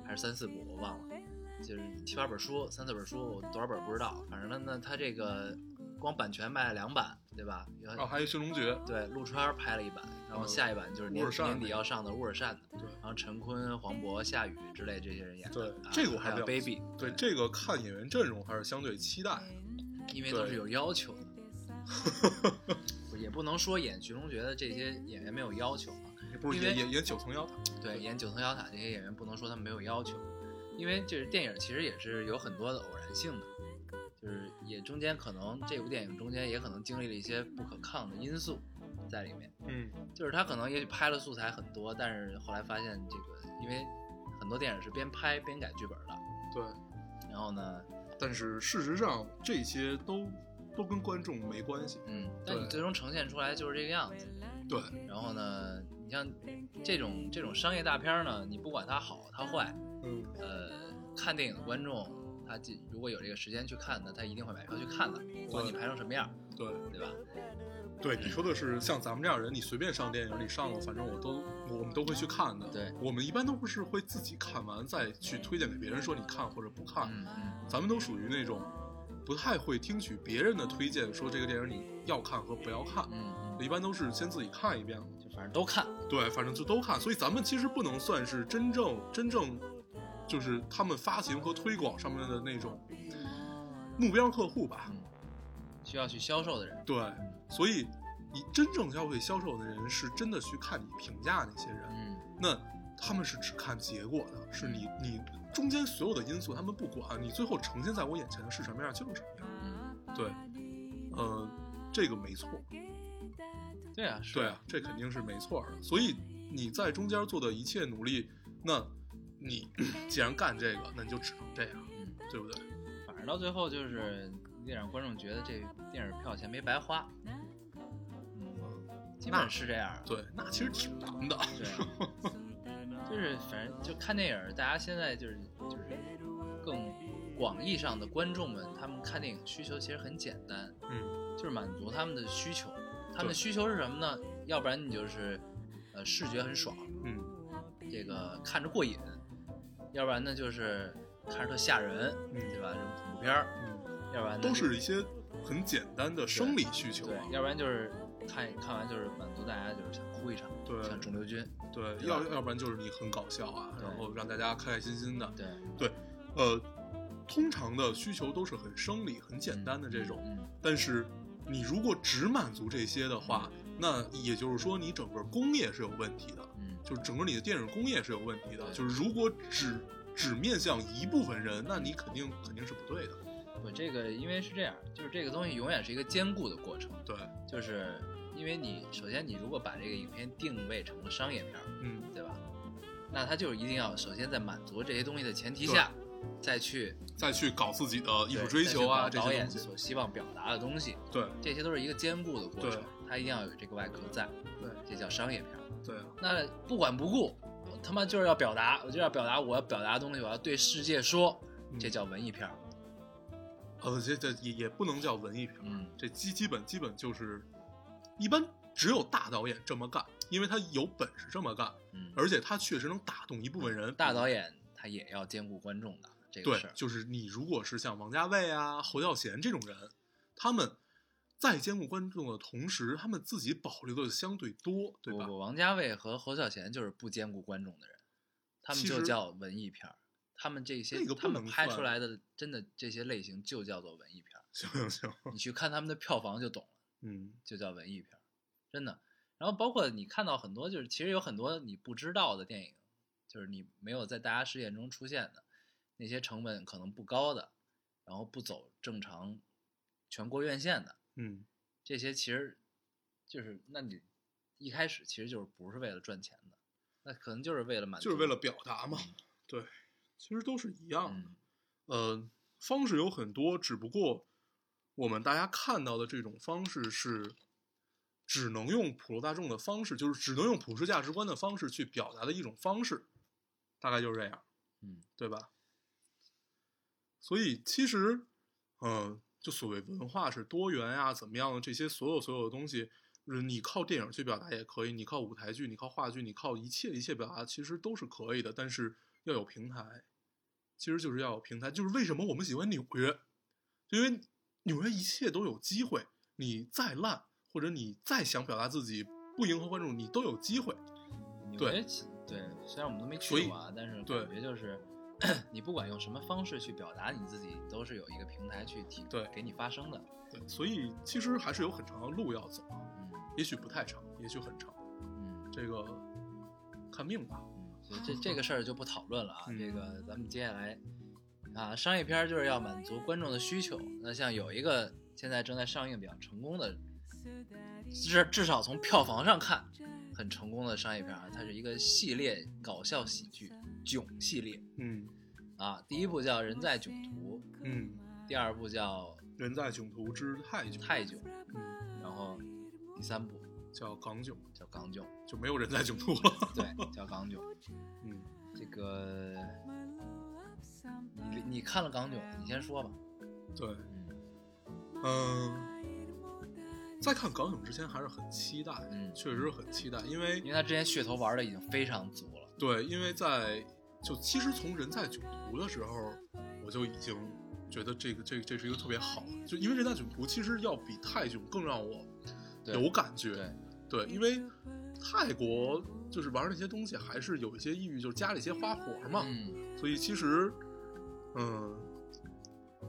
Speaker 1: 还是三四部，我忘了，就是七八本书，三四本书，多少本不知道，反正呢，那它这个光版权卖了两版，对吧？然
Speaker 2: 啊，
Speaker 1: 后
Speaker 2: 还有《寻龙诀》。
Speaker 1: 对，陆川儿拍了一版，然后
Speaker 2: 嗯
Speaker 1: 下一版就是年
Speaker 2: 乌尔善
Speaker 1: 年底
Speaker 2: 那个
Speaker 1: 要上的乌尔善的，
Speaker 2: 对
Speaker 1: 然后陈坤、黄渤、夏雨之类这些人演的，
Speaker 2: 对
Speaker 1: 啊
Speaker 2: 这个我还
Speaker 1: 还
Speaker 2: 是
Speaker 1: 有
Speaker 2: 比
Speaker 1: baby，
Speaker 2: 对，这个看演员阵容还是相对期待的。
Speaker 1: 因为都
Speaker 2: 对
Speaker 1: 是有要求的，
Speaker 2: (laughs)
Speaker 1: 不也不能说演《寻龙诀》的这些演员没有要求啊，
Speaker 2: 也不是
Speaker 1: 因为
Speaker 2: 演演演九层妖塔，
Speaker 1: 对，演九层妖塔这些演员不能说他们没有要求，因为就是电影其实也是有很多的偶然性的，就是也中间可能这部电影中间也可能经历了一些不可抗的因素在里面，
Speaker 2: 嗯
Speaker 1: 就是他可能也许拍了素材很多，但是后来发现这个因为很多电影是边拍边改剧本的，
Speaker 2: 对。
Speaker 1: 然后呢，
Speaker 2: 但是事实上，这些都都跟观众没关系。
Speaker 1: 嗯，但你
Speaker 2: 对
Speaker 1: 最终呈现出来就是这个样子，
Speaker 2: 对，
Speaker 1: 然后呢，你像这种这种商业大片儿呢，你不管它好它坏，
Speaker 2: 嗯
Speaker 1: 呃，看电影的观众，他就如果有这个时间去看，那他一定会买票去看的，不管你拍成什么样，
Speaker 2: 对
Speaker 1: 对吧？
Speaker 2: 对，你说的是像咱们这样人，你随便上电影，你上了，反正我都我们都会去看的。
Speaker 1: 对
Speaker 2: 我们一般都不是会自己看完再去推荐给别人说你看或者不看，
Speaker 1: 嗯嗯
Speaker 2: 咱们都属于那种不太会听取别人的推荐，说这个电影你要看和不要看，
Speaker 1: 嗯
Speaker 2: 一般都是先自己看一遍了。
Speaker 1: 嗯，就反正都看，
Speaker 2: 对，反正就都看，所以咱们其实不能算是真正真正，就是他们发行和推广上面的那种目标客户吧。
Speaker 1: 嗯，需要去销售的人，
Speaker 2: 对，所以你真正消费销售的人是真的去看你评价那些人，
Speaker 1: 嗯
Speaker 2: 那他们是只看结果的，是你你中间所有的因素他们不管，你最后呈现在我眼前的是什么样就是什么样。
Speaker 1: 嗯，
Speaker 2: 对，呃，这个没错，
Speaker 1: 对啊，是
Speaker 2: 对啊，，这肯定是没错儿的。所以你在中间做的一切努力，那你 (clears throat) 既然干这个，那你就只能这样，
Speaker 1: 嗯，
Speaker 2: 对不对？
Speaker 1: 反正到最后就是你得让观众觉得这电影票钱没白花，嗯，基本是这样啊，
Speaker 2: 对，那其实挺难的。
Speaker 1: 对啊，就是反正就看电影儿，大家现在就是就是更广义上的观众们，他们看电影需求其实很简单，
Speaker 2: 嗯
Speaker 1: 就是满足他们的需求。他
Speaker 2: 对
Speaker 1: 们需求是什么呢？要不然你就是呃视觉很爽，
Speaker 2: (laughs) 嗯
Speaker 1: 这个看着过瘾；要不然呢就是看着特吓人，
Speaker 2: 嗯
Speaker 1: 对吧？这种恐怖片儿；
Speaker 2: 嗯，
Speaker 1: 要不然呢
Speaker 2: 都
Speaker 1: 就是
Speaker 2: 一些很简单的生理需求
Speaker 1: 对
Speaker 2: 啊，。
Speaker 1: 要不然就是看看完就是满足大家就是想哭一场，
Speaker 2: 对
Speaker 1: 像肿瘤君，
Speaker 2: 对，
Speaker 1: 对
Speaker 2: 要
Speaker 1: 吧
Speaker 2: 要不然就是你很搞笑啊，
Speaker 1: 对
Speaker 2: 然后让大家开开心心的。
Speaker 1: 对，
Speaker 2: 呃，通常的需求都是很生理、很简单的这种。
Speaker 1: 嗯
Speaker 2: 但是你如果只满足这些的话，那也就是说你整个工业是有问题的。
Speaker 1: 嗯。
Speaker 2: 就是整个你的电影工业是有问题的。
Speaker 1: 对
Speaker 2: 就是如果只只面向一部分人，那你肯定肯定是不对的。
Speaker 1: 不，嗯这个因为是这样，就是这个东西永远是一个兼顾的过程，
Speaker 2: 对，
Speaker 1: 就是因为你首先你如果把这个影片定位成了商业片儿，
Speaker 2: 嗯，
Speaker 1: 对吧？那它就是一定要首先在满足这些东西的前提下，再去
Speaker 2: 再去搞自己的艺术
Speaker 1: 对
Speaker 2: 追
Speaker 1: 再去
Speaker 2: 求啊，
Speaker 1: 搞
Speaker 2: 这
Speaker 1: 导
Speaker 2: 些
Speaker 1: 演
Speaker 2: 东西。
Speaker 1: 所希望表达的东西，
Speaker 2: 对
Speaker 1: 这些都是一个兼顾的过
Speaker 2: 对
Speaker 1: 程，它一定要有这个外壳在，
Speaker 2: 对
Speaker 1: 这叫商业片儿。
Speaker 2: 对啊，
Speaker 1: 那不管不顾，我他妈就是要表达，我就要表达我要表达的东西，我要对世界说，
Speaker 2: 嗯
Speaker 1: 这叫文艺片儿。
Speaker 2: 呃，这这也也不能叫文艺片儿，
Speaker 1: 嗯
Speaker 2: 这基基本基本就是，一般只有大导演这么干，因为他有本事这么干，
Speaker 1: 嗯，
Speaker 2: 而且他确实能打动一部分人。
Speaker 1: 大导演他也要兼顾观众的这个
Speaker 2: 对
Speaker 1: 事儿，，
Speaker 2: 就是你如果是像王家卫啊、侯孝贤这种人，他们在兼顾观众的同时，他们自己保留的相对多，对
Speaker 1: 不
Speaker 2: 吧？
Speaker 1: 不，王家卫和侯孝贤就是不兼顾观众的人，他们
Speaker 2: 其
Speaker 1: 就
Speaker 2: 实
Speaker 1: 叫文艺片儿。他们这些
Speaker 2: 那个，不
Speaker 1: 他们
Speaker 2: 能
Speaker 1: 拍
Speaker 2: 算
Speaker 1: 出来的真的这些类型就叫做文艺片儿。
Speaker 2: 行行行，
Speaker 1: 你去看他们的票房就懂了，
Speaker 2: 嗯，
Speaker 1: 就叫文艺片儿，真的。然后包括你看到很多，就是其实有很多你不知道的电影，就是你没有在大家视线中出现的，那些成本可能不高的，然后不走正常全国院线的，
Speaker 2: 嗯，
Speaker 1: 这些其实就是，那你一开始其实就是不是为了赚钱的，那可能就是为了满足，
Speaker 2: 就是为了表达嘛。对，其实都是一样的。
Speaker 1: 嗯
Speaker 2: 呃，方式有很多，只不过我们大家看到的这种方式是只能用普罗大众的方式，就是只能用普世价值观的方式去表达的一种方式，大概就是这样，
Speaker 1: 嗯，
Speaker 2: 对吧？所以其实，嗯、就所谓文化是多元啊，怎么样的这些所有所有的东西。呃你靠电影去表达也可以，你靠舞台剧，你靠话剧，你靠一切一切表达，其实都是可以的，但是要有平台。其实就是要有平台，就是为什么我们喜欢纽约，因为纽约一切都有机会，你再烂或者你再想表达自己不迎合观众，你都有机会。
Speaker 1: 纽
Speaker 2: 对
Speaker 1: 约其对，虽然我们都没
Speaker 2: 所
Speaker 1: 去
Speaker 2: 以
Speaker 1: 过啊，但是
Speaker 2: 对
Speaker 1: 感觉就是 (coughs) 你不管用什么方式去表达你自己，都是有一个平台去提
Speaker 2: 对
Speaker 1: 给你发声的。
Speaker 2: 对，所以其实还是有很长的路要走，
Speaker 1: 嗯
Speaker 2: 也许不太长，也许很长，
Speaker 1: 嗯
Speaker 2: 这个看命吧。
Speaker 1: 嗯，所以这这个事儿就不讨论了啊。
Speaker 2: 嗯
Speaker 1: 这个咱们接下来啊，商业片儿就是要满足观众的需求。那像有一个现在正在上映比较成功的，至至少从票房上看，很成功的商业片啊，它是一个系列搞笑喜剧囧系列
Speaker 2: 嗯
Speaker 1: 啊。第一部叫《人在囧途
Speaker 2: 嗯，》，
Speaker 1: 第二部叫
Speaker 2: 人在囧途之泰囧，
Speaker 1: 《泰囧》，
Speaker 2: 嗯
Speaker 1: 然后第三部
Speaker 2: 叫港囧，
Speaker 1: 叫《港囧
Speaker 2: 就没有人在囧途
Speaker 1: (laughs)
Speaker 2: 了。》，
Speaker 1: 对，叫《港囧》。
Speaker 2: 嗯，
Speaker 1: 这个你你看了《港囧》，你先说吧。
Speaker 2: 对，
Speaker 1: 嗯
Speaker 2: 嗯，在看港囧之前还是很期待，
Speaker 1: 嗯，
Speaker 2: 确实很期待，因为
Speaker 1: 因为他之前噱头玩的已经非常足了。
Speaker 2: 对，因为在就其实从人在囧途的时候，我就已经觉得这个这个这是一个特别好的，就因为人在囧途其实要比泰囧更让我
Speaker 1: 对
Speaker 2: 有感觉。
Speaker 1: 对，
Speaker 2: 对因为泰国就是玩那些东西还是有一些意义，就是加了一些花活嘛，
Speaker 1: 嗯，
Speaker 2: 所以其实嗯，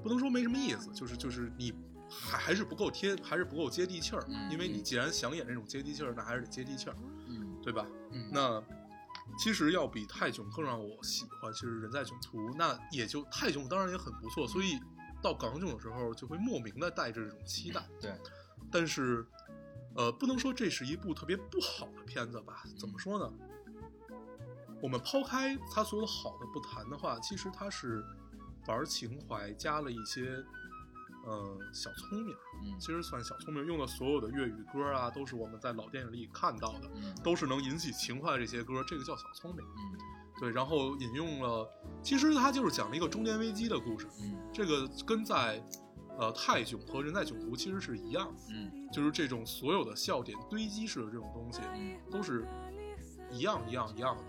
Speaker 2: 不能说没什么意思，就是就是你。还还是不够贴，还是不够接地气儿，
Speaker 1: 嗯
Speaker 2: 因为你
Speaker 1: 嗯
Speaker 2: 既然想演这种接地气儿，那还是得接地气儿，
Speaker 1: 嗯
Speaker 2: 对吧？
Speaker 1: 嗯
Speaker 2: 那其实要比泰囧更让我喜欢，其实人在囧途，那也就泰囧当然也很不错，所以到港囧的时候就会莫名的带着这种期待。
Speaker 1: 对，
Speaker 2: 但是，呃，不能说这是一部特别不好的片子吧？怎么说呢？我们抛开它所有的好的不谈的话，其实它是玩情怀，加了一些呃小聪明，
Speaker 1: 嗯
Speaker 2: 其实算小聪明，用的所有的粤语歌啊，都是我们在老电影里看到的。
Speaker 1: 嗯
Speaker 2: 都是能引起情怀的这些歌，这个叫小聪明。
Speaker 1: 嗯
Speaker 2: 对，然后引用了，其实它就是讲了一个中年危机的故事，
Speaker 1: 嗯
Speaker 2: 这个跟在呃泰囧和人在囧途其实是一样的，
Speaker 1: 嗯
Speaker 2: 就是这种所有的笑点堆积式的这种东西
Speaker 1: 嗯
Speaker 2: 都是一样一样一样的。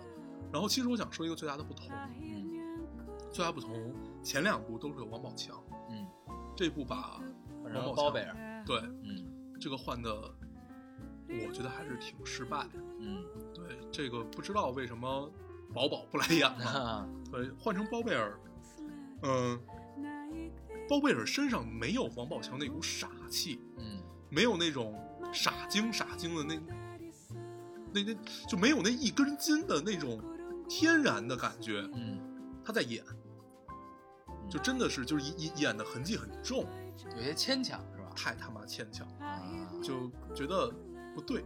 Speaker 2: 然后其实我想说一个最大的不同，
Speaker 1: 嗯
Speaker 2: 最大不同前两部都是有王宝强，
Speaker 1: 嗯，
Speaker 2: 这部把
Speaker 1: 反
Speaker 2: 王
Speaker 1: 正
Speaker 2: 宝
Speaker 1: 包
Speaker 2: 强
Speaker 1: 贝尔，
Speaker 2: 对
Speaker 1: 嗯
Speaker 2: 这个换的，我觉得还是挺失败的。 (laughs)
Speaker 1: 嗯，
Speaker 2: 对，这个不知道为什么宝宝不来演了。
Speaker 1: 那
Speaker 2: 对，换成包贝尔，嗯、包贝尔身上没有王宝强那股傻气，
Speaker 1: 嗯
Speaker 2: 没有那种傻精傻精的那那那就没有那一根筋的那种天然的感觉。
Speaker 1: 嗯，
Speaker 2: 他在演，就真的是就是演演的痕迹很重，
Speaker 1: 有些牵强是吧？
Speaker 2: 太他妈牵强，
Speaker 1: 啊，
Speaker 2: 就觉得不对，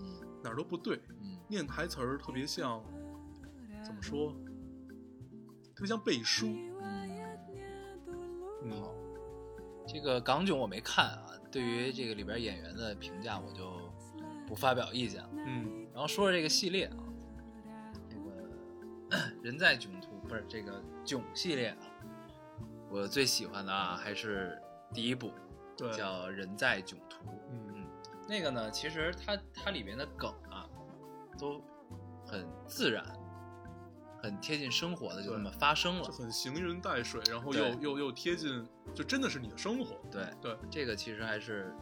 Speaker 1: 嗯
Speaker 2: 哪儿都不对。
Speaker 1: 嗯
Speaker 2: 念台词儿特别像，怎么说？特别像背书。
Speaker 1: 嗯，
Speaker 2: 嗯，
Speaker 1: 这个港囧我没看啊，对于这个里边演员的评价我就不发表意见了。
Speaker 2: 嗯
Speaker 1: 然后说说这个系列啊， (clears throat) 这个人在囧途不是这个囧系列啊，我最喜欢的啊还是第一部，
Speaker 2: 对，
Speaker 1: 叫《人在囧途》。
Speaker 2: 嗯
Speaker 1: 那个呢，其实它它里面的梗啊，都很自然，很贴近生活的，就
Speaker 2: 对
Speaker 1: 那么发生了
Speaker 2: 就。很行云带水，然后
Speaker 1: 对
Speaker 2: 又又又贴近，就真的是你的生活。
Speaker 1: 对
Speaker 2: 对，
Speaker 1: 这个其实还是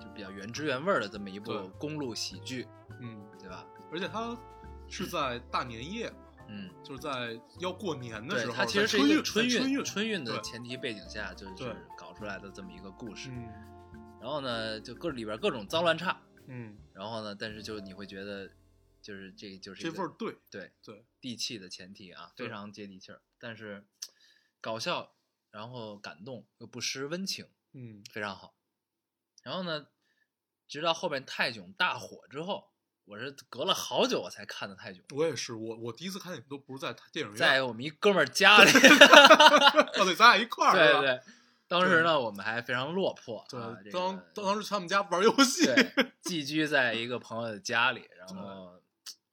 Speaker 1: 就比较原汁原味儿的这么一部
Speaker 2: 对
Speaker 1: 公路喜剧，
Speaker 2: 嗯，
Speaker 1: 对吧？
Speaker 2: 而且它是在大年夜，
Speaker 1: 嗯，
Speaker 2: 就是在要过年的
Speaker 1: 对
Speaker 2: 时，候，
Speaker 1: 它其实是一
Speaker 2: 在
Speaker 1: 个
Speaker 2: 春
Speaker 1: 运
Speaker 2: 运，在
Speaker 1: 春
Speaker 2: 运，
Speaker 1: 的
Speaker 2: 对
Speaker 1: 前提背景下，就
Speaker 2: 对
Speaker 1: 是搞出来的这么一个故事。
Speaker 2: 嗯
Speaker 1: 然后呢，就各里边各种脏乱差，
Speaker 2: 嗯，
Speaker 1: 然后呢，但是就你会觉得，就是这就是一
Speaker 2: 这
Speaker 1: 个
Speaker 2: 味儿对
Speaker 1: 对
Speaker 2: 对
Speaker 1: 地气的前提啊，
Speaker 2: 对
Speaker 1: 非常接地气儿，但是搞笑，然后感动又不失温情，
Speaker 2: 嗯
Speaker 1: 非常好。然后呢，直到后边泰囧大火之后，我是隔了好久我才看的泰囧，
Speaker 2: 我也是，我我第一次看电影都不是在电影院， (laughs)
Speaker 1: 在我们一哥们儿家里，
Speaker 2: 哦对，咱俩一块儿是
Speaker 1: 对
Speaker 2: 吧
Speaker 1: 对，当时呢我们还非常落魄啊，
Speaker 2: 对，
Speaker 1: 这
Speaker 2: 当
Speaker 1: 个
Speaker 2: 当当时去他们家玩游戏，
Speaker 1: 对，寄居在一个朋友的家里，然后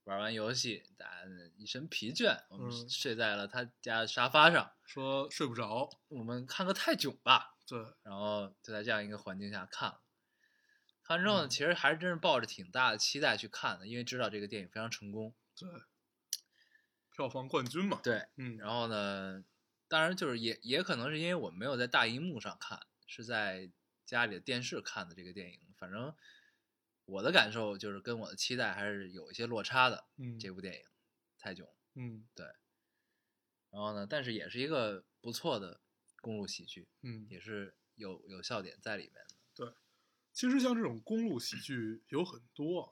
Speaker 1: 玩完游戏，大家一身疲倦，我们
Speaker 2: 嗯
Speaker 1: 睡在了他家沙发上，
Speaker 2: 说睡不着，
Speaker 1: 我们看个泰囧吧，
Speaker 2: 对，
Speaker 1: 然后就在这样一个环境下看了。看完之后呢，其实还是真是抱着挺大的期待去看的，因为知道这个电影非常成功。
Speaker 2: 对，票房冠军嘛，
Speaker 1: 对，
Speaker 2: 嗯，
Speaker 1: 然后呢，当然就是也也可能是因为我没有在大荧幕上看，是在家里的电视看的这个电影。反正我的感受就是跟我的期待还是有一些落差的。
Speaker 2: 嗯
Speaker 1: 这部电影《泰囧》，
Speaker 2: 嗯
Speaker 1: 然后呢，但是也是一个不错的公路喜剧，
Speaker 2: 嗯，
Speaker 1: 也是有有笑点在里面的。
Speaker 2: 其实像这种公路喜剧有很多啊，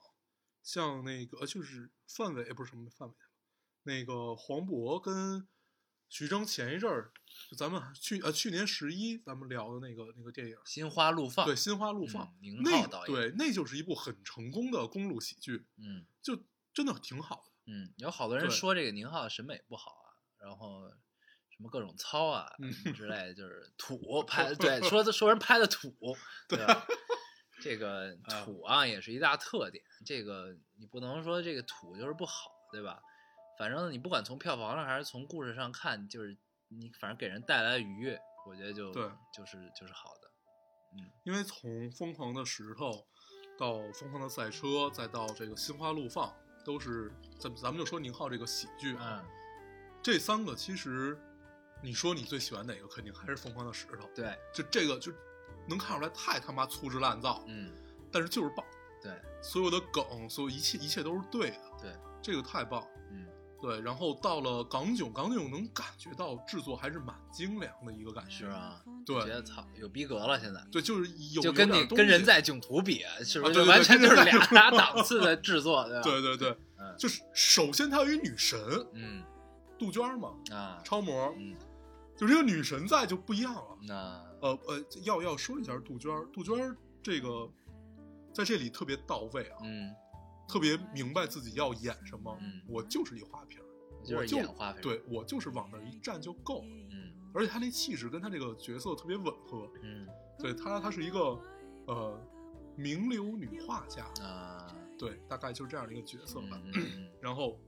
Speaker 2: 像那个呃就是范伟不是什么范伟，那个黄渤跟徐峥前一阵儿，就咱们去呃去年十一咱们聊的那个那个电影，
Speaker 1: 心花怒放，
Speaker 2: 对《心花怒放》
Speaker 1: 嗯宁浩
Speaker 2: 那
Speaker 1: 导演，
Speaker 2: 对那就是一部很成功的公路喜剧，
Speaker 1: 嗯
Speaker 2: 就真的挺好的。
Speaker 1: 嗯，有好多人
Speaker 2: 对
Speaker 1: 说这个宁浩审美不好啊，然后什么各种糙啊、
Speaker 2: 嗯
Speaker 1: 什么之类的，就是 (laughs)
Speaker 2: (laughs)
Speaker 1: 土拍，对，说说人拍的土，对吧？这
Speaker 2: (laughs)
Speaker 1: 个土啊也是一大特点，这个你不能说这个土就是不好，对吧？反正你不管从票房上还是从故事上看，就是你反正给人带来的愉悦，我觉得就
Speaker 2: 对
Speaker 1: 就是就是好的。
Speaker 2: 因为从《疯狂的石头》到《疯狂的赛车》，再到这个《心花怒放》，都是咱咱们就说宁浩这个喜剧啊，
Speaker 1: 嗯，
Speaker 2: 这三个其实你说你最喜欢哪个，肯定还是《疯狂的石头》。
Speaker 1: 对，
Speaker 2: 就这个就能看出来太他妈粗制滥造，
Speaker 1: 嗯，
Speaker 2: 但是就是棒，
Speaker 1: 对，
Speaker 2: 所有的梗，所有一切一切都是对的。
Speaker 1: 对，
Speaker 2: 这个太棒。
Speaker 1: 嗯，
Speaker 2: 对，然后到了港囧，港囧能感觉到制作还是蛮精良的一个感觉。
Speaker 1: 是啊，我觉
Speaker 2: 对
Speaker 1: 得操有逼格了，现在。
Speaker 2: 对，就是有
Speaker 1: 就跟
Speaker 2: 有
Speaker 1: 你
Speaker 2: 点东
Speaker 1: 跟人
Speaker 2: 西
Speaker 1: 在囧途比，是不
Speaker 2: 啊
Speaker 1: 是
Speaker 2: 对
Speaker 1: 就
Speaker 2: 对
Speaker 1: 完
Speaker 2: 对
Speaker 1: 全
Speaker 2: 跟
Speaker 1: 就是
Speaker 2: 人
Speaker 1: 俩
Speaker 2: 在囧
Speaker 1: 俩
Speaker 2: 途
Speaker 1: 档次的制作，对吧？
Speaker 2: 对对对，
Speaker 1: 嗯
Speaker 2: 就是首先她有一女神
Speaker 1: 嗯
Speaker 2: 杜鹃嘛，
Speaker 1: 啊
Speaker 2: 超模，
Speaker 1: 嗯
Speaker 2: 就这个女神在就不一样了。
Speaker 1: 那
Speaker 2: 呃呃，要要说一下杜鹃，杜鹃这个在这里特别到位啊，
Speaker 1: 嗯
Speaker 2: 特别明白自己要演什么。
Speaker 1: 嗯
Speaker 2: 我就是一花瓶儿，
Speaker 1: 就
Speaker 2: 我
Speaker 1: 是
Speaker 2: 就
Speaker 1: 演化肥，
Speaker 2: 对我就是往那儿一站就够了。
Speaker 1: 嗯
Speaker 2: 而且她那气质跟她这个角色特别吻合，
Speaker 1: 嗯
Speaker 2: 对她她是一个呃名流女画家，
Speaker 1: 啊
Speaker 2: 对，大概就是这样的一个角色吧。
Speaker 1: 嗯嗯
Speaker 2: 然后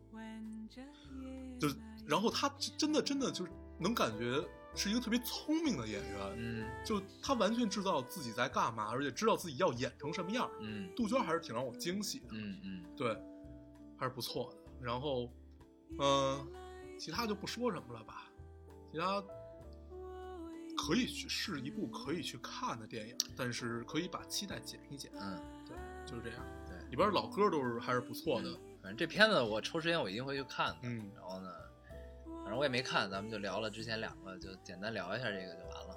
Speaker 2: 就然后他真真的真的就是能感觉是一个特别聪明的演员，
Speaker 1: 嗯
Speaker 2: 就他完全知道自己在干嘛，而且知道自己要演成什么样。
Speaker 1: 嗯
Speaker 2: 杜鹃还是挺让我惊喜的，
Speaker 1: 嗯嗯
Speaker 2: 对，还是不错的。然后，嗯，其他就不说什么了吧，其他可以去是一部可以去看的电影，但是可以把期待减一减，
Speaker 1: 嗯，
Speaker 2: 对，就是这样。
Speaker 1: 对
Speaker 2: 里边老歌都是还是不错的，
Speaker 1: 嗯反正这片子我抽时间我一定会去看的。
Speaker 2: 嗯
Speaker 1: 然后呢，反正我也没看，咱们就聊了之前两个，就简单聊一下这个就完了。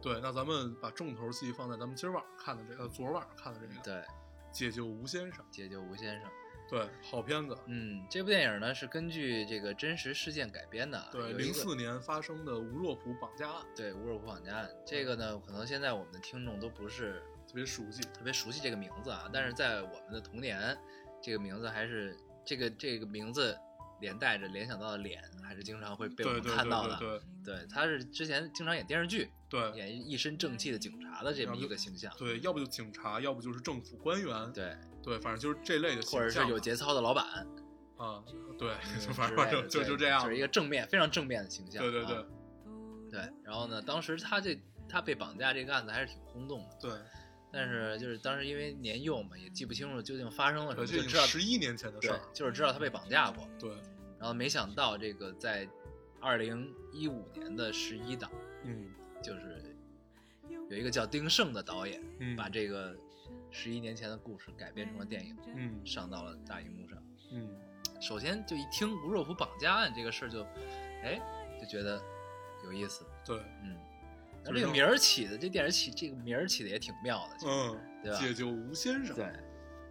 Speaker 2: 对，那咱们把重头戏放在咱们今儿晚上看的这个，呃昨儿晚上看的这个《
Speaker 1: 对，
Speaker 2: 解救吴先生》，
Speaker 1: 解救吴先生。
Speaker 2: 对，好片子，
Speaker 1: 嗯，这部电影呢是根据这个真实事件改编的啊，有
Speaker 2: 对，
Speaker 1: 一
Speaker 2: 零
Speaker 1: 个
Speaker 2: 四年发生的吴若甫绑架案，
Speaker 1: 对，乌尔夫绑架案这个
Speaker 2: 嗯
Speaker 1: 呢，可能现在我们的听众都不是
Speaker 2: 特别熟悉，
Speaker 1: 特别熟悉这个名字啊，但是在我们的童年，这个名字还是这个这个名字连带着联想到的脸，还是经常会被我
Speaker 2: 对
Speaker 1: 们
Speaker 2: 对
Speaker 1: 看到的。
Speaker 2: 对对
Speaker 1: 对他是之前经常演电视剧，
Speaker 2: 对对
Speaker 1: 演一身正气的警察的这么一个形象，
Speaker 2: 对，要不就警察，要不就是政府官员，
Speaker 1: 对，
Speaker 2: 对，反正就是这类的
Speaker 1: 或者
Speaker 2: 形
Speaker 1: 是
Speaker 2: 象
Speaker 1: 有
Speaker 2: 吧，
Speaker 1: 节操的老
Speaker 2: (laughs)
Speaker 1: 板，
Speaker 2: 啊，对
Speaker 1: 嗯，
Speaker 2: 反
Speaker 1: 之
Speaker 2: 正反
Speaker 1: 类的
Speaker 2: 正就
Speaker 1: 对
Speaker 2: 就这样
Speaker 1: 就，是一个正面非常正面的形象啊。
Speaker 2: 对对对，
Speaker 1: 对，然后呢，当时他这他被绑架这个案子还是挺轰动的，
Speaker 2: 对，
Speaker 1: 但是就是当时因为年幼嘛，也记不清楚究竟发生了什么，
Speaker 2: 而
Speaker 1: 就
Speaker 2: 且已
Speaker 1: 知
Speaker 2: 经
Speaker 1: 道
Speaker 2: 十一年前的事
Speaker 1: 对
Speaker 2: 儿，，
Speaker 1: 就是知道他被绑架过，
Speaker 2: 对，
Speaker 1: 然后没想到这个在二零一五年的十一档，
Speaker 2: 嗯
Speaker 1: 就是有一个叫丁晟的导演
Speaker 2: 嗯，
Speaker 1: 把这个十一年前的故事改编成了电影，
Speaker 2: 嗯
Speaker 1: 上到了大荧幕上。
Speaker 2: 嗯
Speaker 1: 首先就一听吴若甫绑架案这个事儿就，哎，就觉得有意思，
Speaker 2: 对，
Speaker 1: 嗯。然
Speaker 2: 就
Speaker 1: 后这
Speaker 2: 是
Speaker 1: 个
Speaker 2: 说
Speaker 1: 名儿起的，这电影起这个名儿起的也挺妙的，其实对
Speaker 2: 嗯，
Speaker 1: 吧
Speaker 2: 解救吴先生，
Speaker 1: 对，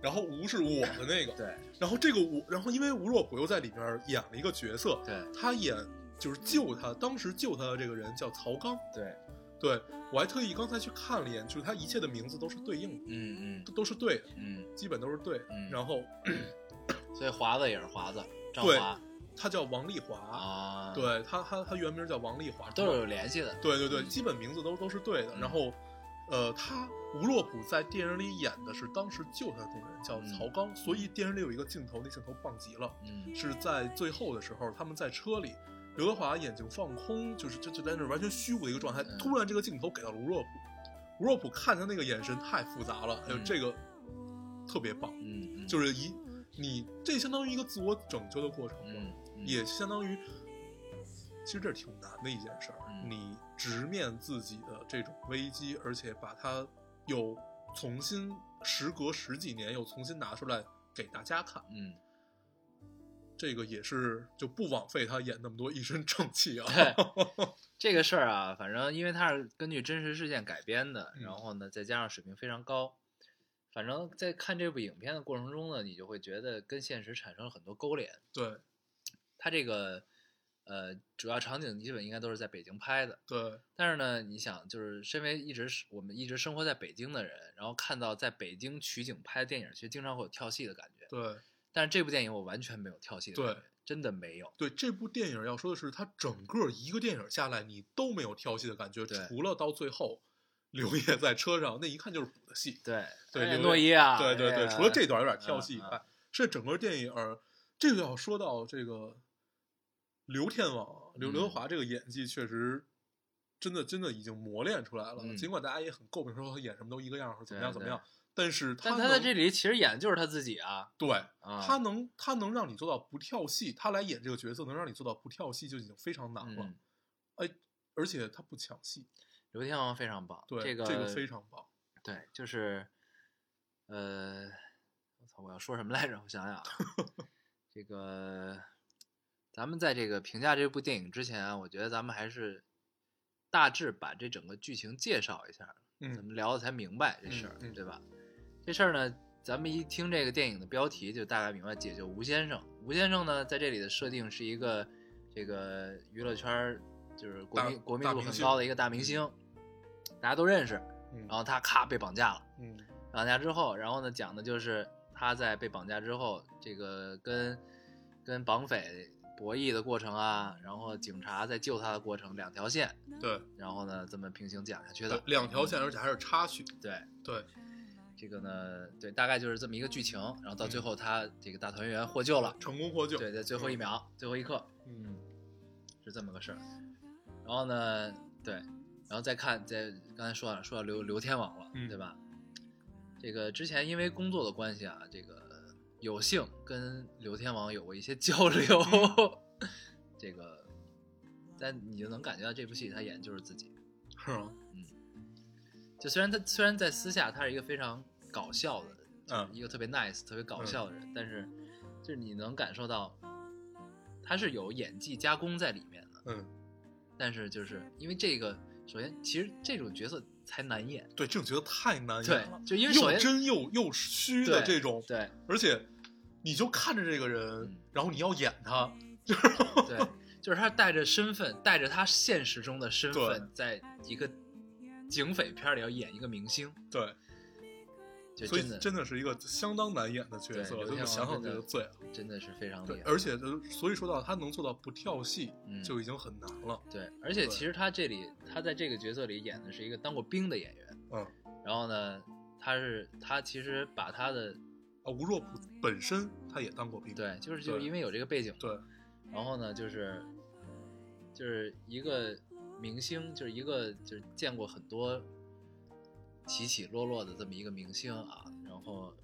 Speaker 2: 然后吴是我
Speaker 1: (laughs)
Speaker 2: 的那个，
Speaker 1: 对
Speaker 2: 然后这个吴，然后因为吴若甫又在里边演了一个角色，
Speaker 1: 对
Speaker 2: 他演就是救他，当时救他的这个人叫曹刚，
Speaker 1: 对，
Speaker 2: 对我还特意刚才去看了一眼，就是他一切的名字都是对应的，
Speaker 1: 嗯
Speaker 2: 都都是对的，
Speaker 1: 嗯
Speaker 2: 基本都是对的。
Speaker 1: 嗯
Speaker 2: 然后
Speaker 1: 嗯，所以华子也是华子，张
Speaker 2: 对
Speaker 1: 华
Speaker 2: 他叫王丽华，
Speaker 1: 啊，，
Speaker 2: 对他他他原名叫王丽华，
Speaker 1: 都是有联系的，
Speaker 2: 对对对，
Speaker 1: 嗯
Speaker 2: 基本名字都都是对的。
Speaker 1: 嗯
Speaker 2: 然后，呃，他吴若甫在电影里演的是当时救他的那个人叫
Speaker 1: 嗯
Speaker 2: 曹刚，所以电影里有一个镜头，那镜头棒极了，
Speaker 1: 嗯
Speaker 2: 是在最后的时候，他们在车里，刘德华眼睛放空，就是就就在那儿完全虚无的一个状态。
Speaker 1: 嗯
Speaker 2: 突然这个镜头给到了吴若甫，吴若甫看他那个眼神太复杂了，还有
Speaker 1: 嗯
Speaker 2: 这个特别棒，
Speaker 1: 嗯，
Speaker 2: 就是是一你这相当于一个自我拯救的过程嘛。
Speaker 1: 嗯嗯
Speaker 2: 也相当于，其实这是挺难的一件事儿。
Speaker 1: 嗯
Speaker 2: 你直面自己的这种危机，而且把它又重新，时隔十几年又重新拿出来给大家看， (laughs)
Speaker 1: 嗯， (laughs)
Speaker 2: 这个也是就不枉费他演那么多一身正气啊。
Speaker 1: 这个事儿啊，反正因为它是根据真实事件改编的，
Speaker 2: 嗯
Speaker 1: 然后呢，再加上水平非常高，反正在看这部影片的过程中呢，你就会觉得跟现实产生了很多勾连。
Speaker 2: 对
Speaker 1: 它这个呃主要场景基本应该都是在北京拍的，
Speaker 2: 对，
Speaker 1: 但是呢，你想，就是身为一直是我们一直生活在北京的人，然后看到在北京取景拍的电影，其实经常会有跳戏的感觉。
Speaker 2: 对
Speaker 1: 但是这部电影我完全没有跳戏的感
Speaker 2: 对
Speaker 1: 觉，真的没有。
Speaker 2: 对，这部电影要说的是，它整个一个电影下来，你都没有挑戏的感觉，
Speaker 1: 对
Speaker 2: 除了到最后刘烨在车上那一看就是补的戏。
Speaker 1: 对
Speaker 2: 对
Speaker 1: 哎
Speaker 2: 有
Speaker 1: 诺
Speaker 2: 点
Speaker 1: 伊啊，
Speaker 2: 对对
Speaker 1: 哎
Speaker 2: 对，
Speaker 1: 呀
Speaker 2: 除了这段有点跳戏以
Speaker 1: 嗯
Speaker 2: 外，这整个电影儿，这个要说到这个刘天王刘刘德
Speaker 1: 嗯
Speaker 2: 华这个演技，确实真的真的已经磨练出来了。
Speaker 1: 嗯
Speaker 2: 尽管大家也很诟病说他演什么都一个样儿，或者怎么
Speaker 1: 对
Speaker 2: 样怎么
Speaker 1: 对
Speaker 2: 样，但是
Speaker 1: 但
Speaker 2: 他
Speaker 1: 他在
Speaker 2: 能
Speaker 1: 这里其实演的就是他自己啊，
Speaker 2: 对
Speaker 1: 啊
Speaker 2: 他能他能让你做到不跳戏，他来演这个角色能让你做到不跳戏就已经非常难了
Speaker 1: 嗯。，
Speaker 2: 哎，而且他不抢戏，
Speaker 1: 刘天王非常棒，
Speaker 2: 对
Speaker 1: 这个
Speaker 2: 这个非常棒。
Speaker 1: 对，就是，呃，我操，我要说什么来着？我想
Speaker 2: (laughs)
Speaker 1: 想啊，这个，咱们在这个评价这部电影之前啊，我觉得咱们还是大致把这整个剧情介绍一下儿，咱
Speaker 2: 嗯
Speaker 1: 们聊的才明白这事
Speaker 2: 嗯
Speaker 1: 儿，
Speaker 2: 嗯
Speaker 1: 对吧？这事儿呢，咱们一听这个电影的标题就大概明白，解救吴先生。吴先生呢，在这里的设定是一个这个娱乐圈儿就是国
Speaker 2: 大
Speaker 1: 民国民
Speaker 2: 大
Speaker 1: 度
Speaker 2: 明
Speaker 1: 很
Speaker 2: 星
Speaker 1: 高的一个大明星，大家都认识。然
Speaker 2: 嗯
Speaker 1: 后他咔被绑架了。
Speaker 2: 嗯
Speaker 1: 绑架之后，然后呢讲的就是他在被绑架之后，这个跟跟绑匪博弈的过程啊，然后警察在救他的过程，两条线，
Speaker 2: 对
Speaker 1: 然后呢这么平行讲下去
Speaker 2: 对
Speaker 1: 的。
Speaker 2: 两条线，而且还是插曲，
Speaker 1: 对，
Speaker 2: 对
Speaker 1: 这个呢，对，大概就是这么一个剧情。然后到最后，他这个大团圆获救了，
Speaker 2: 成功获救。
Speaker 1: 对，在最后一秒、最后一刻
Speaker 2: 嗯。
Speaker 1: 是这么个事儿。然后呢，对，然后再看，再刚才说了，说到刘刘天王了，
Speaker 2: 嗯
Speaker 1: 对吧？这个之前因为工作的关系啊，这个有幸跟刘天王有过一些交流，
Speaker 2: 嗯
Speaker 1: (laughs) 这个，但你就能感觉到这部戏他演的就是自己。
Speaker 2: 是吗？
Speaker 1: 就虽然他虽然在私下他是一个非常搞笑的人，就是
Speaker 2: 嗯
Speaker 1: 一个特别 nice、特别搞笑的人，但是就是你能感受到他是有演技加工在里面的。
Speaker 2: 嗯，
Speaker 1: 但是就是因为这个，首先其实这种角色才难演，
Speaker 2: 对，这种角色太难演
Speaker 1: 对
Speaker 2: 了，，
Speaker 1: 就因为首
Speaker 2: 又
Speaker 1: 先
Speaker 2: 真又又虚的
Speaker 1: 对
Speaker 2: 这种，
Speaker 1: 对
Speaker 2: 而且你就看着这个人
Speaker 1: 嗯，
Speaker 2: 然后你要演 (laughs) 他，
Speaker 1: 对，就是他带着身份，带着他现实中的身份，在一个警匪片里要演一个明星，
Speaker 2: 对，
Speaker 1: 就
Speaker 2: 所
Speaker 1: 真
Speaker 2: 以
Speaker 1: 的
Speaker 2: 真的是一个相当难演的角色，
Speaker 1: 对
Speaker 2: 就
Speaker 1: 刘天
Speaker 2: 是
Speaker 1: 王
Speaker 2: 想想
Speaker 1: 真
Speaker 2: 这
Speaker 1: 的
Speaker 2: 就醉了。
Speaker 1: 真的是非常厉
Speaker 2: 对，
Speaker 1: 害。
Speaker 2: 而且呃所以说到他能做到不跳戏，
Speaker 1: 嗯
Speaker 2: 就已经很难了。
Speaker 1: 对，而且
Speaker 2: 对
Speaker 1: 其实他这里他在这个角色里演的是一个当过兵的演员，
Speaker 2: 嗯，啊，
Speaker 1: 然后呢，他是他其实把他的
Speaker 2: 啊吴若甫本身他也当过兵，
Speaker 1: 对，就是就是
Speaker 2: 对
Speaker 1: 因为有这个背景，
Speaker 2: 对
Speaker 1: 然后呢，就是就是一个明星，就是一个就是见过很多起起落落的这么一个明星啊。然后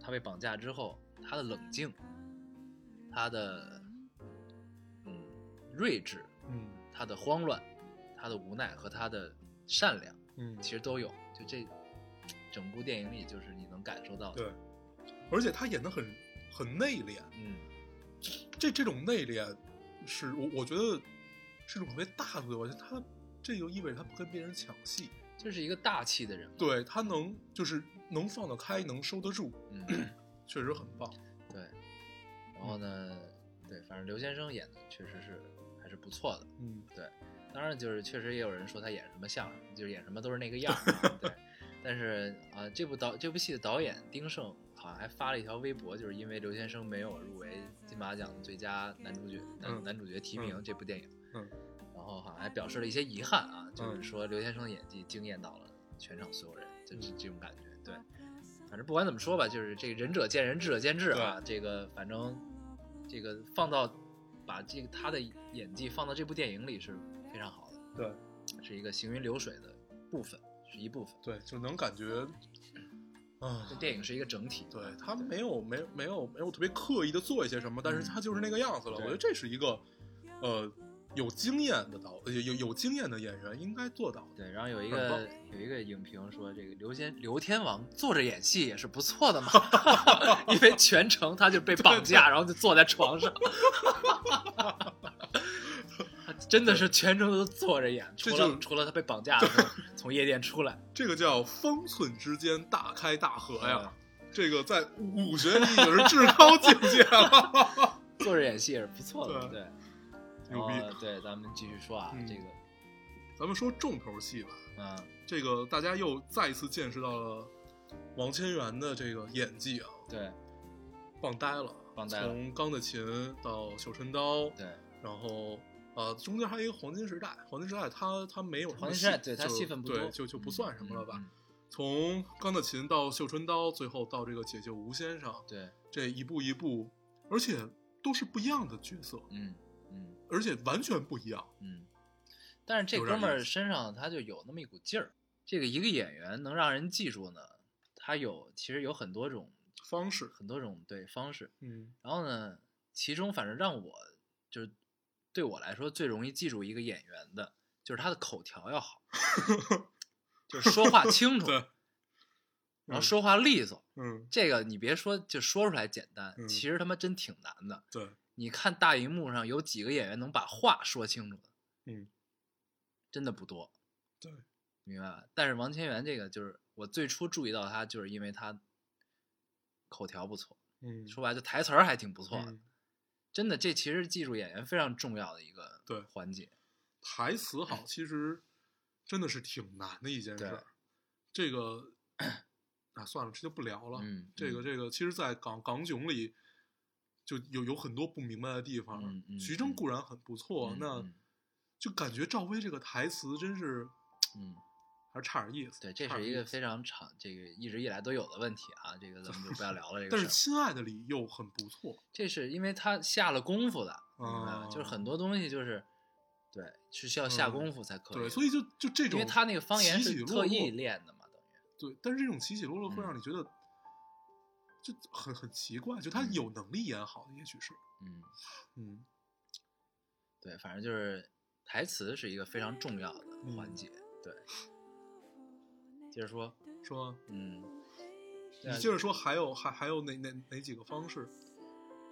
Speaker 1: 他被绑架之后，他的冷静，他的嗯睿智，
Speaker 2: 嗯
Speaker 1: 他的慌乱，他的无奈和他的善良，
Speaker 2: 嗯，
Speaker 1: 其实都有。就这整部电影里，就是你能感受到的。
Speaker 2: 对，而且他演的很很内敛，
Speaker 1: 嗯，
Speaker 2: 这这种内敛是我我觉得是种特别大度的，我觉得他这就意味着他不跟别人抢戏，
Speaker 1: 就是一个大气的人嘛。
Speaker 2: 对他能就是能放得开，能收得住，
Speaker 1: 嗯。
Speaker 2: 确实很棒。
Speaker 1: 对，然后呢，对，反正刘先生演的确实是还是不错的。
Speaker 2: 嗯，
Speaker 1: 当然，就是确实也有人说他演什么相声，就是演什么都是那个样儿
Speaker 2: (laughs)
Speaker 1: 啊对，但是啊，这部导这部戏的导演丁晟好像还发了一条微博，就是因为刘先生没有入围金马奖最佳男主角男、
Speaker 2: 嗯
Speaker 1: 男主角提名、这部电影，
Speaker 2: 嗯，
Speaker 1: 然后好像还表示了一些遗憾啊，就是
Speaker 2: 嗯
Speaker 1: 说刘先生的演技惊艳到了全场所有人，
Speaker 2: 嗯
Speaker 1: 就是这种感觉。对，反正不管怎么说吧，就是这个仁者见仁，智者见智啊。这个反正这个放到把这个他的演技放到这部电影里是非常好的。
Speaker 2: 对
Speaker 1: 是一个行云流水的部分，是一部分。
Speaker 2: 对，就能感觉啊
Speaker 1: 这，电影是一个整体，
Speaker 2: 对他没有没有没有没有特别刻意的做一些什么，但是他就是那个样子了。
Speaker 1: 嗯对
Speaker 2: 我觉得这是一个呃有经验的导呃有有有经验的演员应该做到的。
Speaker 1: 对。然后有一
Speaker 2: 很
Speaker 1: 个有一个影评说，这个刘先刘天王坐着演戏也是不错
Speaker 2: (laughs)
Speaker 1: 的嘛，因为全程他就被绑架，然后就坐在床上，他真的是全程都坐着演，除
Speaker 2: 这
Speaker 1: 了
Speaker 2: 就
Speaker 1: 除了他被绑架的时候从夜店
Speaker 2: (laughs)
Speaker 1: 出来，
Speaker 2: 这个叫方寸之间大开大合哎呀，
Speaker 1: 嗯
Speaker 2: 这个在武学里已经是至高境界了。
Speaker 1: (laughs) 嗯坐着演戏也是不错的，
Speaker 2: 对
Speaker 1: 对。
Speaker 2: 牛逼
Speaker 1: 然后对，咱们继续说啊，
Speaker 2: 嗯
Speaker 1: 这个，
Speaker 2: 咱们说重头戏吧，
Speaker 1: 嗯，
Speaker 2: 这个大家又再一次见识到了王千源的这个演技啊，
Speaker 1: 对
Speaker 2: 棒呆了，啊
Speaker 1: 棒呆了
Speaker 2: 从钢的琴到绣春刀，
Speaker 1: 对，
Speaker 2: 然后呃，中间还有一个黄金时代，黄金时代他他没有什么
Speaker 1: 黄金时代
Speaker 2: 戏
Speaker 1: 对他
Speaker 2: 就
Speaker 1: 戏份不多，
Speaker 2: 对就就不算什么了吧。
Speaker 1: 嗯？嗯嗯
Speaker 2: 从钢的琴到绣春刀，最后到这个解救吴先生，
Speaker 1: 对，
Speaker 2: 这一步一步，而且都是不一样的角色，
Speaker 1: 嗯嗯。
Speaker 2: 而且完全不一样。
Speaker 1: 嗯，但是这
Speaker 2: 有
Speaker 1: 哥
Speaker 2: 点
Speaker 1: 们
Speaker 2: 意
Speaker 1: 儿
Speaker 2: 思
Speaker 1: 身上他就有那么一股劲儿。这个一个演员能让人记住呢，他有其实有很多种
Speaker 2: 方式
Speaker 1: 很多种对方式。
Speaker 2: 嗯
Speaker 1: 然后呢，其中反正让我就是对我来说最容易记住一个演员的，就是他的口条要
Speaker 2: (laughs)
Speaker 1: 好，就是说话清楚，
Speaker 2: 对
Speaker 1: 然后
Speaker 2: 嗯
Speaker 1: 说话利索。
Speaker 2: 嗯，
Speaker 1: 这个你别说，就说出来简单，
Speaker 2: 嗯
Speaker 1: 其实他妈真挺难的。
Speaker 2: 对，
Speaker 1: 你看大荧幕上有几个演员能把话说清楚的？
Speaker 2: 嗯，
Speaker 1: 真的不多。
Speaker 2: 对，
Speaker 1: 明白吧？但是王千源这个，就是我最初注意到他，就是因为他口条不错，
Speaker 2: 嗯
Speaker 1: 说白了就台词儿还挺不错的。
Speaker 2: 嗯
Speaker 1: 真的，这其实是技术演员非常重要的一个
Speaker 2: 对
Speaker 1: 环节。
Speaker 2: 台词好，其实真的是挺难的一件事
Speaker 1: 对
Speaker 2: 儿。这个 (coughs) 啊，算了，这就不聊了。
Speaker 1: 嗯，
Speaker 2: 这个
Speaker 1: 嗯
Speaker 2: 这个，其实，在港港囧里就有有很多不明白的地方。
Speaker 1: 嗯嗯
Speaker 2: 徐峥
Speaker 1: 嗯
Speaker 2: 固然很不错，
Speaker 1: 嗯
Speaker 2: 那
Speaker 1: 嗯
Speaker 2: 就感觉赵薇这个台词真是
Speaker 1: 嗯，
Speaker 2: 还是差点意思。
Speaker 1: 对，这
Speaker 2: 差
Speaker 1: 是
Speaker 2: 点
Speaker 1: 一
Speaker 2: 意
Speaker 1: 个
Speaker 2: 思
Speaker 1: 非常长，这个一直以来都有的问题啊。这个咱们就不要聊了。这个
Speaker 2: (laughs) 但
Speaker 1: 事
Speaker 2: 是
Speaker 1: 儿。
Speaker 2: 亲爱的里又很不错。
Speaker 1: 这是因为他下了功夫的，明白吧？就是
Speaker 2: 哦
Speaker 1: 很多东西就是，对，是需要下
Speaker 2: 嗯
Speaker 1: 功夫才可以的。
Speaker 2: 对，所以就就这
Speaker 1: 因
Speaker 2: 种，
Speaker 1: 为他那个方言
Speaker 2: 起起
Speaker 1: 是
Speaker 2: 落落
Speaker 1: 特意练的嘛，等于
Speaker 2: 对，但是这种起起落落会
Speaker 1: 嗯
Speaker 2: 让你觉得就很很奇怪，就他
Speaker 1: 嗯
Speaker 2: 有能力演好的，也许是，
Speaker 1: 嗯，
Speaker 2: 嗯
Speaker 1: 对，反正就是台词是一个非常重要的
Speaker 2: 嗯
Speaker 1: 环节。对，接着说，
Speaker 2: 说
Speaker 1: 嗯，对
Speaker 2: 你
Speaker 1: 啊
Speaker 2: 接着说，还有还还有哪哪哪几个方式？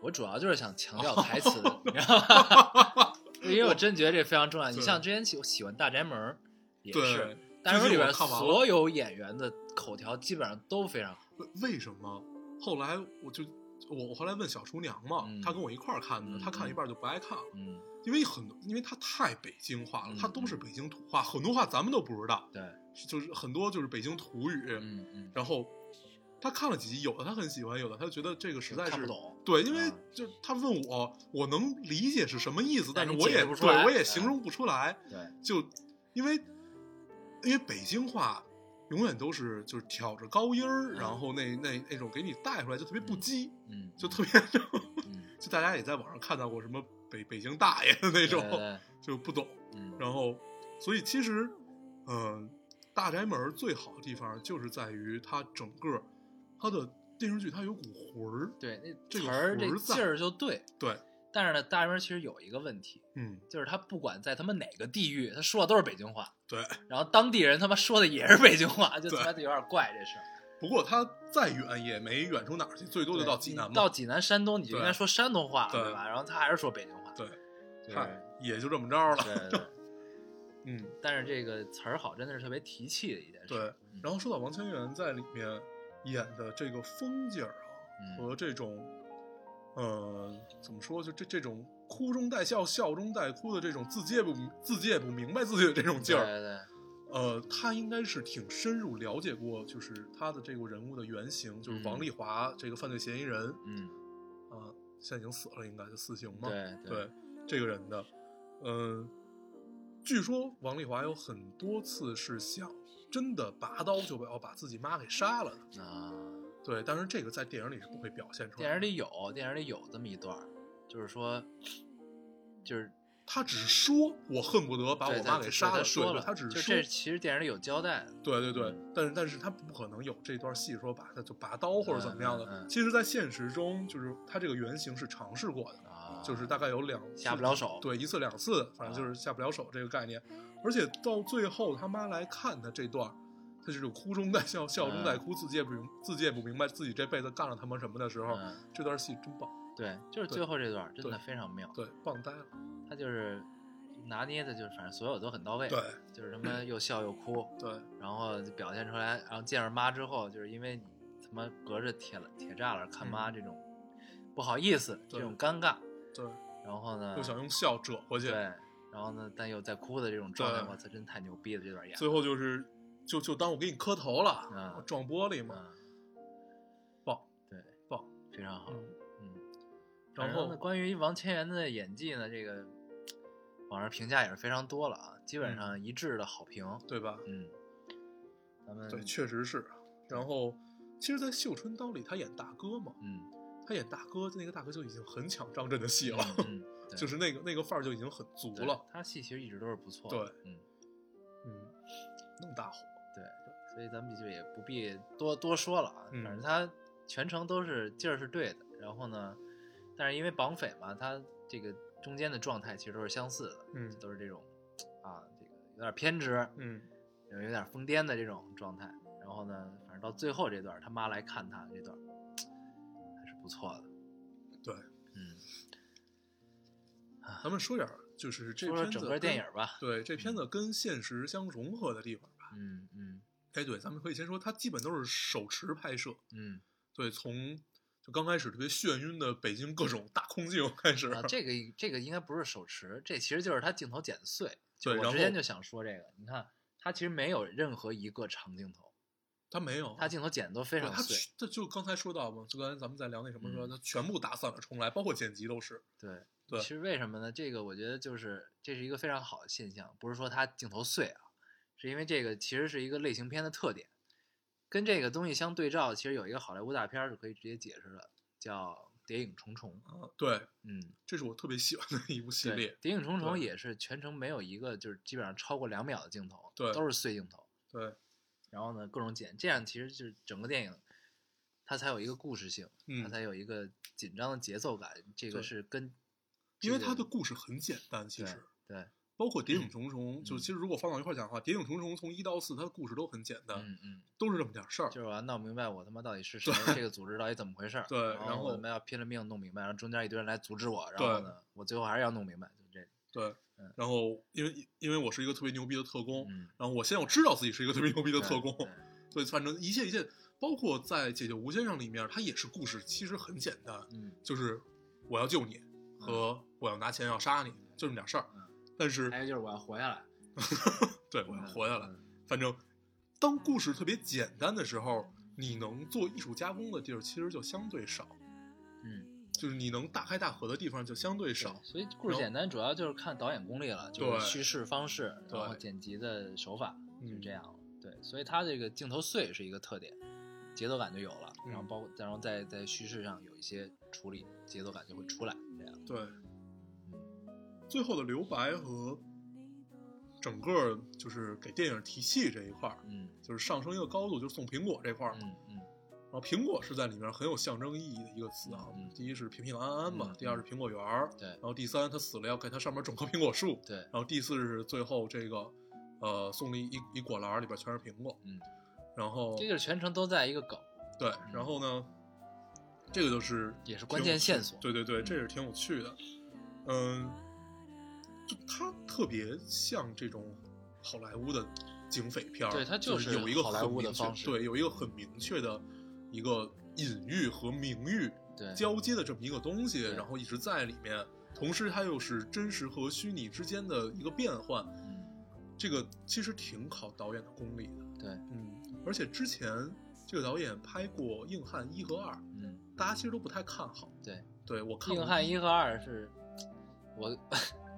Speaker 1: 我主要就是想强调台
Speaker 2: (laughs)
Speaker 1: 词，你知道吗 (laughs) 因为我真觉得这非常重要。你
Speaker 2: 对
Speaker 1: 像之前喜我喜欢《大宅门儿》也是，
Speaker 2: 对
Speaker 1: 《大宅门》
Speaker 2: 最
Speaker 1: 里
Speaker 2: 近我
Speaker 1: 边
Speaker 2: 看完了
Speaker 1: 所有演员的口条基本上都非常好。
Speaker 2: 为为什么？后来我就我我后来问小厨娘嘛，
Speaker 1: 嗯
Speaker 2: 她跟我一块儿看的，
Speaker 1: 嗯
Speaker 2: 她看一半就不爱看了，
Speaker 1: 嗯，
Speaker 2: 因为很因为她太北京话了，
Speaker 1: 嗯
Speaker 2: 她都是北京土话，很多话咱们都不知道，
Speaker 1: 对，
Speaker 2: 就是很多就是北京土语。
Speaker 1: 嗯嗯，
Speaker 2: 然后她看了几集，有的她很喜欢，有的她觉得这个实在是
Speaker 1: 看不。懂。
Speaker 2: 对，因为
Speaker 1: 嗯
Speaker 2: 就她问我，我能理解是什么意思，
Speaker 1: 但
Speaker 2: 但是
Speaker 1: 你
Speaker 2: 我
Speaker 1: 解释
Speaker 2: 也
Speaker 1: 不出来
Speaker 2: 对我也
Speaker 1: 嗯
Speaker 2: 形容不出来。
Speaker 1: 对，
Speaker 2: 就因为因为北京话永远都是就是挑着高音
Speaker 1: 嗯
Speaker 2: 儿，然后那那那种给你带出来就特别不羁，
Speaker 1: 嗯，
Speaker 2: 就特别 (laughs)
Speaker 1: 嗯
Speaker 2: 就大家也在网上看到过什么北北京大爷的那
Speaker 1: 对
Speaker 2: 种，
Speaker 1: 对对
Speaker 2: 就不懂。
Speaker 1: 嗯，
Speaker 2: 然后所以其实，呃，大宅门最好的地方就是在于它整个它的电视剧它有股魂儿，
Speaker 1: 对，那
Speaker 2: 这个
Speaker 1: 词儿
Speaker 2: 魂
Speaker 1: 这
Speaker 2: 儿在
Speaker 1: 劲儿就对。
Speaker 2: 对，
Speaker 1: 但是呢，大明儿其实有一个问题，
Speaker 2: 嗯，
Speaker 1: 就是他不管在他妈哪个地域，他说的都是北京话，
Speaker 2: 对。
Speaker 1: 然后当地人他妈说的也是北京话，就
Speaker 2: 对
Speaker 1: 他妈的有点怪这事儿。
Speaker 2: 不过它再远也没远出哪儿去，最多就
Speaker 1: 对
Speaker 2: 到济
Speaker 1: 你
Speaker 2: 南嘛。
Speaker 1: 到济南、山东，你就
Speaker 2: 对
Speaker 1: 应该说山东话了，
Speaker 2: 对
Speaker 1: 对吧？然后他还是说北京话，
Speaker 2: 对，
Speaker 1: 就是
Speaker 2: 嗨，也就这么着 (laughs) 了。
Speaker 1: 对对对。
Speaker 2: 嗯，
Speaker 1: 但是这个词儿好，真的是特别提气的一件事。
Speaker 2: 对
Speaker 1: 嗯，
Speaker 2: 然后说到王千源在里面演的这个风景儿啊，
Speaker 1: 嗯
Speaker 2: 和这种，呃，怎么说，就这这种哭中带笑、笑中带哭的这种自己也不自己也不明白自己的这种劲儿，
Speaker 1: 对对
Speaker 2: 呃，他应该是挺深入了解过，就是他的这个人物的原型，就是王
Speaker 1: 嗯
Speaker 2: 丽华这个犯罪嫌疑人
Speaker 1: 嗯，
Speaker 2: 啊，现在已经死了，应该就死刑嘛。
Speaker 1: 对
Speaker 2: 对这个人的，嗯、据说王丽华有很多次是想真的拔刀就要把自己妈给杀了的，
Speaker 1: 啊，
Speaker 2: 对，但是这个在电影里是不会表现出来
Speaker 1: 电
Speaker 2: 的，
Speaker 1: 影里有，电影里有这么一段儿，就是说，就是
Speaker 2: 他只是说我恨不得把
Speaker 1: 对
Speaker 2: 我
Speaker 1: 他
Speaker 2: 妈给杀
Speaker 1: 他
Speaker 2: 了，
Speaker 1: 说
Speaker 2: 对
Speaker 1: 了，
Speaker 2: 对他只
Speaker 1: 就是这
Speaker 2: 说，
Speaker 1: 其实电影里有交代的，
Speaker 2: 对对对
Speaker 1: 嗯，
Speaker 2: 但是但是他不可能有这段戏说把他就拔刀或者怎么样的，
Speaker 1: 嗯嗯嗯
Speaker 2: 其实，在现实中就是他这个原型是尝试过的，
Speaker 1: 啊，
Speaker 2: 嗯就是大概有两次
Speaker 1: 下不了手啊
Speaker 2: 对，一次两次，反正就是下不了手这个概念。而且到最后他妈来看他这段儿，他就是哭中带笑，笑中带
Speaker 1: 嗯
Speaker 2: 哭，自己也不明自己也不明白自己这辈子干了他妈什么的时候，
Speaker 1: 嗯，
Speaker 2: 这段戏真棒，
Speaker 1: 对，就是
Speaker 2: 对
Speaker 1: 最后这段儿真的
Speaker 2: 对
Speaker 1: 非常妙，
Speaker 2: 对，棒呆了，
Speaker 1: 他就是拿捏的，就是反正所有都很到位，
Speaker 2: 对，
Speaker 1: 就是他妈又笑又哭，
Speaker 2: 对
Speaker 1: 然后就表现出来，然后见着妈之后，就是因为你他妈隔着铁栏铁栅栏看妈这种不好意思，这
Speaker 2: 嗯对
Speaker 1: 种尴尬，
Speaker 2: 对，
Speaker 1: 然后呢
Speaker 2: 又，想用笑折回去
Speaker 1: 嗯对，，然后呢，但又在哭的这种状态，
Speaker 2: 对
Speaker 1: 我操，真太牛逼了，这段演，
Speaker 2: 最后就是就就当我给你磕头了，
Speaker 1: 嗯
Speaker 2: 我撞玻璃嘛，
Speaker 1: 嗯，
Speaker 2: 棒
Speaker 1: 对，
Speaker 2: 棒，
Speaker 1: 非常好，
Speaker 2: 嗯，
Speaker 1: 嗯，
Speaker 2: 然
Speaker 1: 反
Speaker 2: 后
Speaker 1: 正呢关于王千源的演技呢，这个网上评价也是非常多了啊，基本
Speaker 2: 嗯
Speaker 1: 上一致的好评，
Speaker 2: 对吧？
Speaker 1: 嗯，咱们
Speaker 2: 对，确实是。
Speaker 1: 嗯
Speaker 2: 然后，其实，在《绣春刀》里，他演大哥嘛，
Speaker 1: 嗯，
Speaker 2: 他演大哥，那个大哥就已经很抢张震的戏了， (laughs)
Speaker 1: 嗯，嗯
Speaker 2: 就是那个那个范儿就已经很足，
Speaker 1: 对
Speaker 2: 了
Speaker 1: 对，他戏其实一直都是不错的，
Speaker 2: 对
Speaker 1: 嗯。
Speaker 2: 嗯，弄大火，
Speaker 1: 对，所以咱们就也不必多多说了啊，
Speaker 2: 嗯
Speaker 1: 反正他全程都是劲儿是对的，然后呢，但是因为绑匪嘛，他这个中间的状态其实都是相似的，
Speaker 2: 嗯
Speaker 1: 都是这种啊，这个有点偏执，
Speaker 2: 嗯，
Speaker 1: 有有点疯癫的这种状态，然后呢，反正到最后这段儿他妈来看他这段儿还是不错的，
Speaker 2: 对，
Speaker 1: 嗯，
Speaker 2: 咱们说点儿就是这
Speaker 1: 说说
Speaker 2: 片子
Speaker 1: 整个电影
Speaker 2: 跟
Speaker 1: 儿吧，
Speaker 2: 对这片子跟现实相融合的地方吧。
Speaker 1: 嗯嗯
Speaker 2: 哎，对，咱们可以先说，它基本都是手持拍摄， (laughs)
Speaker 1: 嗯，
Speaker 2: 对，从就刚开始特别眩晕的北京各种大空镜开始，
Speaker 1: 啊，这个这个应该不是手持，这其实就是它镜头剪碎。就
Speaker 2: 对
Speaker 1: 我
Speaker 2: 然
Speaker 1: 之前
Speaker 2: 后
Speaker 1: 就想说这个，你看它其实没有任何一个长镜头，
Speaker 2: 它没有，
Speaker 1: 它镜头剪的都非
Speaker 2: 对
Speaker 1: 常
Speaker 2: 它
Speaker 1: 碎。
Speaker 2: 全这就刚才说到嘛，就刚才咱们在聊那什么时候，
Speaker 1: 嗯
Speaker 2: 它全部打散了重来，包括剪辑都是，
Speaker 1: 对，
Speaker 2: 对
Speaker 1: 其实为什么呢？这个我觉得就是这是一个非常好的现象，不是说它镜头碎啊，是因为这个其实是一个类型片的特点。跟这个东西相对照，其实有一个好莱坞大片儿是可以直接解释的，叫《谍影重重》。
Speaker 2: 啊，对，
Speaker 1: 嗯，
Speaker 2: 这是我特别喜欢的一部系
Speaker 1: 对
Speaker 2: 列，
Speaker 1: 谍影重重》
Speaker 2: 对
Speaker 1: 也是全程没有一个就是基本上超过两秒的镜头，
Speaker 2: 对
Speaker 1: 都是碎镜头。
Speaker 2: 对，
Speaker 1: 然后呢各种剪，这样其实就是整个电影它才有一个故事性，它
Speaker 2: 嗯，
Speaker 1: 才有一个紧张的节奏感。这个
Speaker 2: 对
Speaker 1: 是跟
Speaker 2: 因为
Speaker 1: 这
Speaker 2: 它
Speaker 1: 个
Speaker 2: 的故事很简单，其
Speaker 1: 对
Speaker 2: 实。
Speaker 1: 对，
Speaker 2: 包括《谍影
Speaker 1: 嗯
Speaker 2: 重重》，就
Speaker 1: 嗯
Speaker 2: 其实如果放到一块儿讲的话，《谍影重重》从一到四，它的故事都很简单，
Speaker 1: 嗯嗯，
Speaker 2: 都是这么点儿事儿。
Speaker 1: 就是我要闹明白我他妈到底是谁，这个组织到底怎么回事儿，
Speaker 2: (laughs) 对
Speaker 1: 然
Speaker 2: 然
Speaker 1: 我
Speaker 2: 后
Speaker 1: 他妈要拼了命弄明白，然后中间一堆人来阻止我，然后
Speaker 2: 对
Speaker 1: 呢我最后还是要弄明白，就这个，
Speaker 2: 对
Speaker 1: 嗯，
Speaker 2: 然后因为因为我是一个特别牛逼的特工，
Speaker 1: 嗯，
Speaker 2: 然后我现在我知道自己哦是一个特别牛逼的
Speaker 1: 对
Speaker 2: 特工， (laughs)
Speaker 1: 对
Speaker 2: 对，反正一切一切，包括在《解救吴先生》里面，它也是故事，其实很简单，
Speaker 1: 嗯，
Speaker 2: 就是我要救你和我要拿钱要杀你，就这么点儿事儿
Speaker 1: 嗯。
Speaker 2: 但是
Speaker 1: 还有就是我要活下来，嗯
Speaker 2: 对
Speaker 1: 我
Speaker 2: 我要活下来，，反正当故事特别简单的时候，你能做艺术加工的地儿其实就相对少。
Speaker 1: 嗯，
Speaker 2: 就是你能大开大合的地方就相对少
Speaker 1: 对。所以故事简单主要就是看导演功力了，就
Speaker 2: 对
Speaker 1: 是叙事方式，然后
Speaker 2: 对
Speaker 1: 剪辑的手法，就
Speaker 2: 嗯
Speaker 1: 这样了。对，所以它这个镜头碎是一个特点，节奏感就有了，然后
Speaker 2: 嗯
Speaker 1: 包括然后在在叙事上有一些处理，节奏感就会出来。这样，
Speaker 2: 对，最后的留白和整个就是给电影提气这一块儿，
Speaker 1: 嗯
Speaker 2: 就是上升一个高度，就是送苹果这块儿嘛。
Speaker 1: 嗯嗯
Speaker 2: 然后苹果是在里面很有象征意义的一个词啊
Speaker 1: 嗯。
Speaker 2: 第一是平平安安嘛
Speaker 1: 嗯，
Speaker 2: 第二是苹果园儿，
Speaker 1: 对
Speaker 2: 然后第三他死了要给他上面种棵苹果树，
Speaker 1: 对，
Speaker 2: 然后第四是最后这个，呃，送了一一一果篮儿里边全是苹果，
Speaker 1: 嗯，
Speaker 2: 然后
Speaker 1: 这就是全程都在一个梗，
Speaker 2: 对，然后呢，这个就是
Speaker 1: 也是关键线索
Speaker 2: 挺有趣对对对，
Speaker 1: 嗯
Speaker 2: 这也是挺有趣的。嗯，就它特别像这种好莱坞的警匪片儿，
Speaker 1: 对它就
Speaker 2: 就是有一个
Speaker 1: 好莱
Speaker 2: 很
Speaker 1: 坞的
Speaker 2: 明确
Speaker 1: 方式
Speaker 2: 对，有一个很明确的一个隐喻和明喻
Speaker 1: 对，
Speaker 2: 交接的这么一个东西，
Speaker 1: 对
Speaker 2: 然后一直在里面，同时它又是真实和虚拟之间的一个变换，
Speaker 1: 嗯
Speaker 2: 这个其实挺考导演的功力的。
Speaker 1: 对，
Speaker 2: 嗯，而且之前这个导演拍过《硬汉一》和《二》，
Speaker 1: 嗯，
Speaker 2: 大家其实都不太看好。
Speaker 1: 对，
Speaker 2: 对我看
Speaker 1: 硬
Speaker 2: 过
Speaker 1: 汉一和二是，我 (laughs)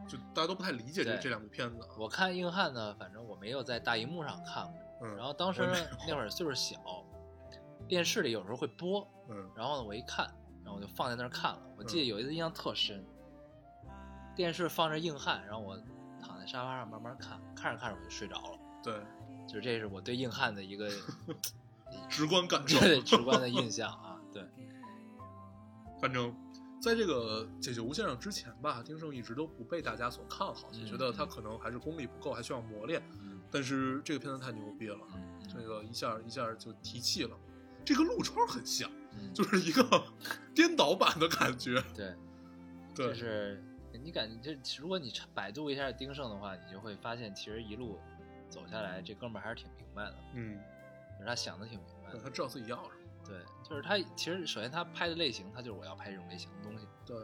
Speaker 2: 就大家都不太理解这
Speaker 1: 对。
Speaker 2: 这两部片子啊
Speaker 1: 我看硬汉呢，反正我没有在大荧幕上看过，
Speaker 2: 嗯，
Speaker 1: 然后当时
Speaker 2: 我
Speaker 1: 呢
Speaker 2: 也
Speaker 1: 那会儿岁数小，电视里有时候会播，
Speaker 2: 嗯
Speaker 1: 然后呢我一看，然后我就放在那儿看了。我记得有一次印象特深，电视放着硬汉，然后我躺在沙发上慢慢看，看着看着我就睡着了。
Speaker 2: 对，
Speaker 1: 就是这是我对硬汉的
Speaker 2: (laughs)
Speaker 1: 一个 (laughs)
Speaker 2: 直观感受。
Speaker 1: 对直观的印象啊，对，
Speaker 2: 反正在这个《解救无限上之前吧，丁晟一直都不被大家所看好，就
Speaker 1: 嗯
Speaker 2: 觉得他可能还是功力不够，还需要磨练。
Speaker 1: 嗯
Speaker 2: 但是这个片子太牛逼了，
Speaker 1: 嗯
Speaker 2: (laughs) 这个一下一下就提气了。这个陆川很像，
Speaker 1: 嗯，
Speaker 2: 就是一个 (laughs) 颠倒版的感觉。
Speaker 1: 对，就
Speaker 2: 对，
Speaker 1: 是你感觉这，如果你查百度一下丁晟的话，你就会发现其实一路走下来，这哥们儿还是挺明白的，
Speaker 2: 嗯，
Speaker 1: 就是他想的挺明白
Speaker 2: 对
Speaker 1: 的。
Speaker 2: 他知道自己要什么。
Speaker 1: 对，就是他其实首先他拍的类型，他就是我要拍这种类型的东西。
Speaker 2: 对，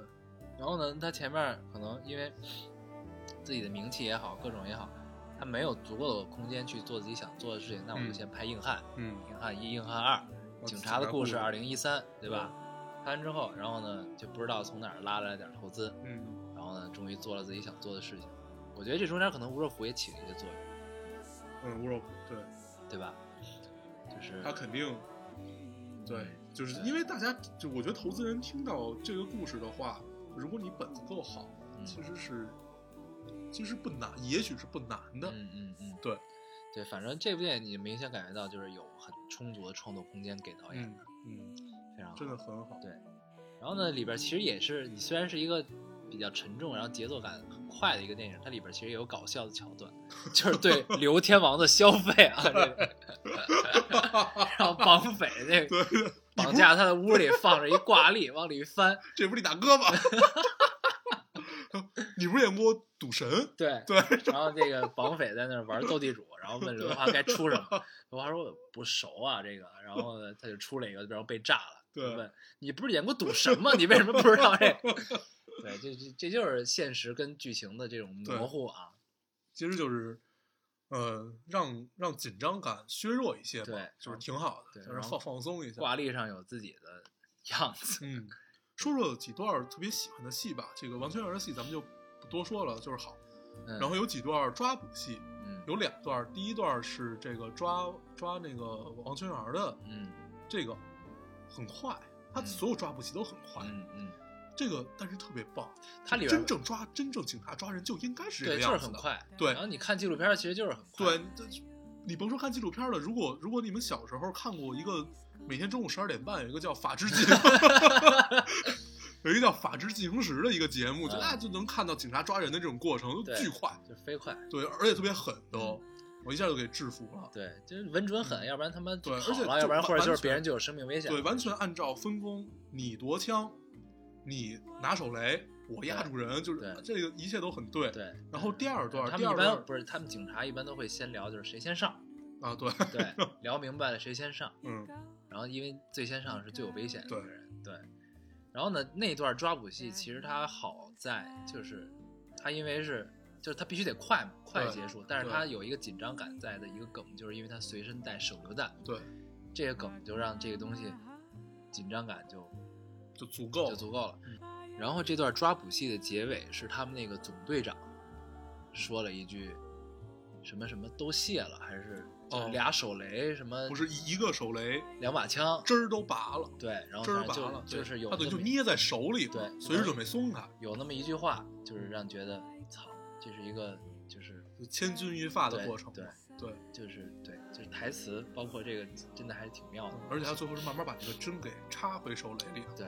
Speaker 1: 然后呢，他前面可能因为自己的名气也好，各种也好，他没有足够的空间去做自己想做的事情，那我就
Speaker 2: 嗯
Speaker 1: 先拍硬汉，
Speaker 2: 嗯，
Speaker 1: 硬汉一、硬汉二，警察的故事二零一三，对吧？拍完之后，然后呢就不知道从哪儿拉来点投资，
Speaker 2: 嗯，
Speaker 1: 然后呢终于做了自己想做的事情。我觉得这中间可能吴若甫也起了一些作用，
Speaker 2: 嗯，吴若甫，对
Speaker 1: 对吧？就是嗯
Speaker 2: 他肯定，对，就是因为大家就我觉得投资人听到这个故事的话，如果你本子够好，
Speaker 1: 嗯
Speaker 2: 其实是其实不难，也许是不难的，
Speaker 1: 嗯嗯嗯，
Speaker 2: 对
Speaker 1: 对，反正这部电影你明显感觉到就是有很充足的创作空间给导演，
Speaker 2: 嗯嗯，
Speaker 1: 非常好。
Speaker 2: 真的很好， (laughs)
Speaker 1: 对，然后呢，里边其实也是你虽然是一个比较沉重，然后节奏感很快的一个电影，它里边其实也有搞笑的桥段， (laughs) 就是
Speaker 2: (laughs)
Speaker 1: 对刘天王的消费啊，这个 (laughs) 然后绑匪这个
Speaker 2: 对，
Speaker 1: 绑架他的屋里放着一挂历，往里一翻，
Speaker 2: 这不是你大哥吗？ (laughs) 你不是演过《赌神》？
Speaker 1: 对，
Speaker 2: (laughs) 对，
Speaker 1: 然后这个绑匪在那儿玩斗地主，然后问刘德华该出什么，刘德华说我不熟啊这个，然后呢他就出了一个，然后被炸了。
Speaker 2: 对
Speaker 1: 就问你不是演过赌神吗？你为什么不知道
Speaker 2: 哎
Speaker 1: 这个？ (laughs) 对，这这这就是现实跟剧情的这种模糊啊。
Speaker 2: (laughs) 其实就是。呃，让让紧张感削弱一些吧，
Speaker 1: 对
Speaker 2: 就是挺好的，
Speaker 1: 对
Speaker 2: 就是
Speaker 1: 然后
Speaker 2: 放放松一下。
Speaker 1: 挂历上有自己的样子。
Speaker 2: 嗯， (clears throat) 说说几段儿特别喜欢的戏吧。这个完全儿的戏咱们就不多说了，就是好。
Speaker 1: 嗯、
Speaker 2: 然后有几段儿抓捕戏，
Speaker 1: 嗯
Speaker 2: 有两段儿。第一段儿是这个抓抓那个王全儿的，
Speaker 1: 嗯
Speaker 2: 这个很快，他
Speaker 1: 嗯
Speaker 2: 所有抓捕戏都很快。
Speaker 1: 嗯嗯，
Speaker 2: 这个但是特别棒，
Speaker 1: 它里边
Speaker 2: 真正抓真正警察抓人就应该是这
Speaker 1: 对
Speaker 2: 个
Speaker 1: 就是
Speaker 2: 样子
Speaker 1: 很
Speaker 2: 的。
Speaker 1: 快。
Speaker 2: 对
Speaker 1: 然后你看纪录片儿其实就是很快。
Speaker 2: 对，这你甭说看纪录片儿了，如果如果你们小时候看过一个每天中午十二点半有一个叫《法制进》， (laughs) 有一个叫《法制进行时》的一个节目，就
Speaker 1: 嗯
Speaker 2: 那就能看到警察抓人的这种过程，
Speaker 1: 对嗯
Speaker 2: 巨快，
Speaker 1: 就飞快。
Speaker 2: 对，而且特别狠都，我一下就给制服了。
Speaker 1: 对，就是稳准狠，要不然他妈就
Speaker 2: 嗯对而
Speaker 1: 跑
Speaker 2: 且
Speaker 1: 了，
Speaker 2: 就
Speaker 1: 要不然
Speaker 2: 完
Speaker 1: 或者就
Speaker 2: 完
Speaker 1: 是别
Speaker 2: 全
Speaker 1: 人就有生命危险。
Speaker 2: 对，完全按照分工，你夺枪，你拿手雷，我压住人，就是
Speaker 1: 对
Speaker 2: 这个一切都很对。
Speaker 1: 对。
Speaker 2: 然后第二段
Speaker 1: 他
Speaker 2: 第
Speaker 1: 们一
Speaker 2: 二
Speaker 1: 般
Speaker 2: 段
Speaker 1: 不是他们警察一般都会先聊，就是谁先
Speaker 2: (laughs)
Speaker 1: 上，
Speaker 2: 啊，对，
Speaker 1: 对，聊明白了谁先上，
Speaker 2: 嗯，
Speaker 1: 然后因为最先上是最有危险的
Speaker 2: 对
Speaker 1: 那个人，对。然后呢，那段抓捕戏其实它好在就是它因为是就是它必须得快嘛，快
Speaker 2: 对
Speaker 1: 结束，但是它有一个紧张感在的一个梗，就是因为它随身带手榴弹，
Speaker 2: 对，
Speaker 1: 这个梗就让这个东西紧张感就
Speaker 2: 就足够
Speaker 1: 就
Speaker 2: 了。嗯
Speaker 1: 足够了。然后这段抓捕戏的结尾是他们那个总队长说了一句什么什么都卸了，还是
Speaker 2: 哦
Speaker 1: 俩手雷什么
Speaker 2: 不是一一个手雷，
Speaker 1: 两把枪，
Speaker 2: 汁儿都拔了。
Speaker 1: 对，然后
Speaker 2: 汁儿
Speaker 1: 反
Speaker 2: 拔
Speaker 1: 正
Speaker 2: 了，
Speaker 1: 就
Speaker 2: 对
Speaker 1: 就是有
Speaker 2: 他等
Speaker 1: 那
Speaker 2: 于就
Speaker 1: 么
Speaker 2: 捏在手里，
Speaker 1: 对
Speaker 2: 随时准备松开。
Speaker 1: 有那么一句话，就是让觉得操，这是一个就是
Speaker 2: 就千钧一发的过程嘛。
Speaker 1: 对
Speaker 2: 对，
Speaker 1: 就是对，就是台词，包括这个真的还是挺妙的。
Speaker 2: 嗯而且他最后是慢慢把这个针给插回手雷里了，
Speaker 1: 对，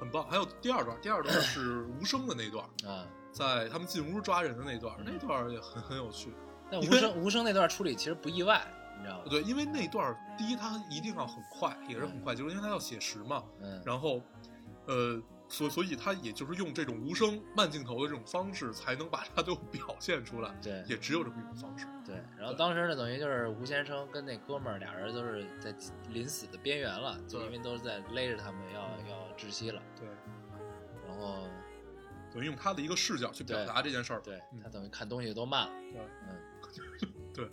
Speaker 2: 很棒。还有第二段，第二段是无声的那段， (clears throat)
Speaker 1: 啊、
Speaker 2: 在他们进屋抓人的那段，
Speaker 1: 嗯
Speaker 2: 那段也很很有趣。
Speaker 1: 但
Speaker 2: 因
Speaker 1: 无
Speaker 2: 为
Speaker 1: 声无声那段处理其实不意外，你知道吗？
Speaker 2: 对，因为那段第一他一定要很快，也是很快，就是因为他要写实嘛。
Speaker 1: 嗯，
Speaker 2: 然后，呃，所所以他也就是用这种无声慢镜头的这种方式，才能把它都表现出来，
Speaker 1: 对
Speaker 2: 也只有这么一种方式。
Speaker 1: 对。然后
Speaker 2: 对
Speaker 1: 当时呢，等于就是吴先生跟那哥们儿俩人都是在临死的边缘了，就
Speaker 2: 对嗯
Speaker 1: 因为都是在勒着他们要要窒息了。
Speaker 2: 对，
Speaker 1: 然后
Speaker 2: 嗯等于用他的一个视角去表
Speaker 1: 对
Speaker 2: 达这件事儿。
Speaker 1: 对
Speaker 2: 嗯
Speaker 1: 他等于看东西都慢了。
Speaker 2: 对
Speaker 1: 嗯，
Speaker 2: 对，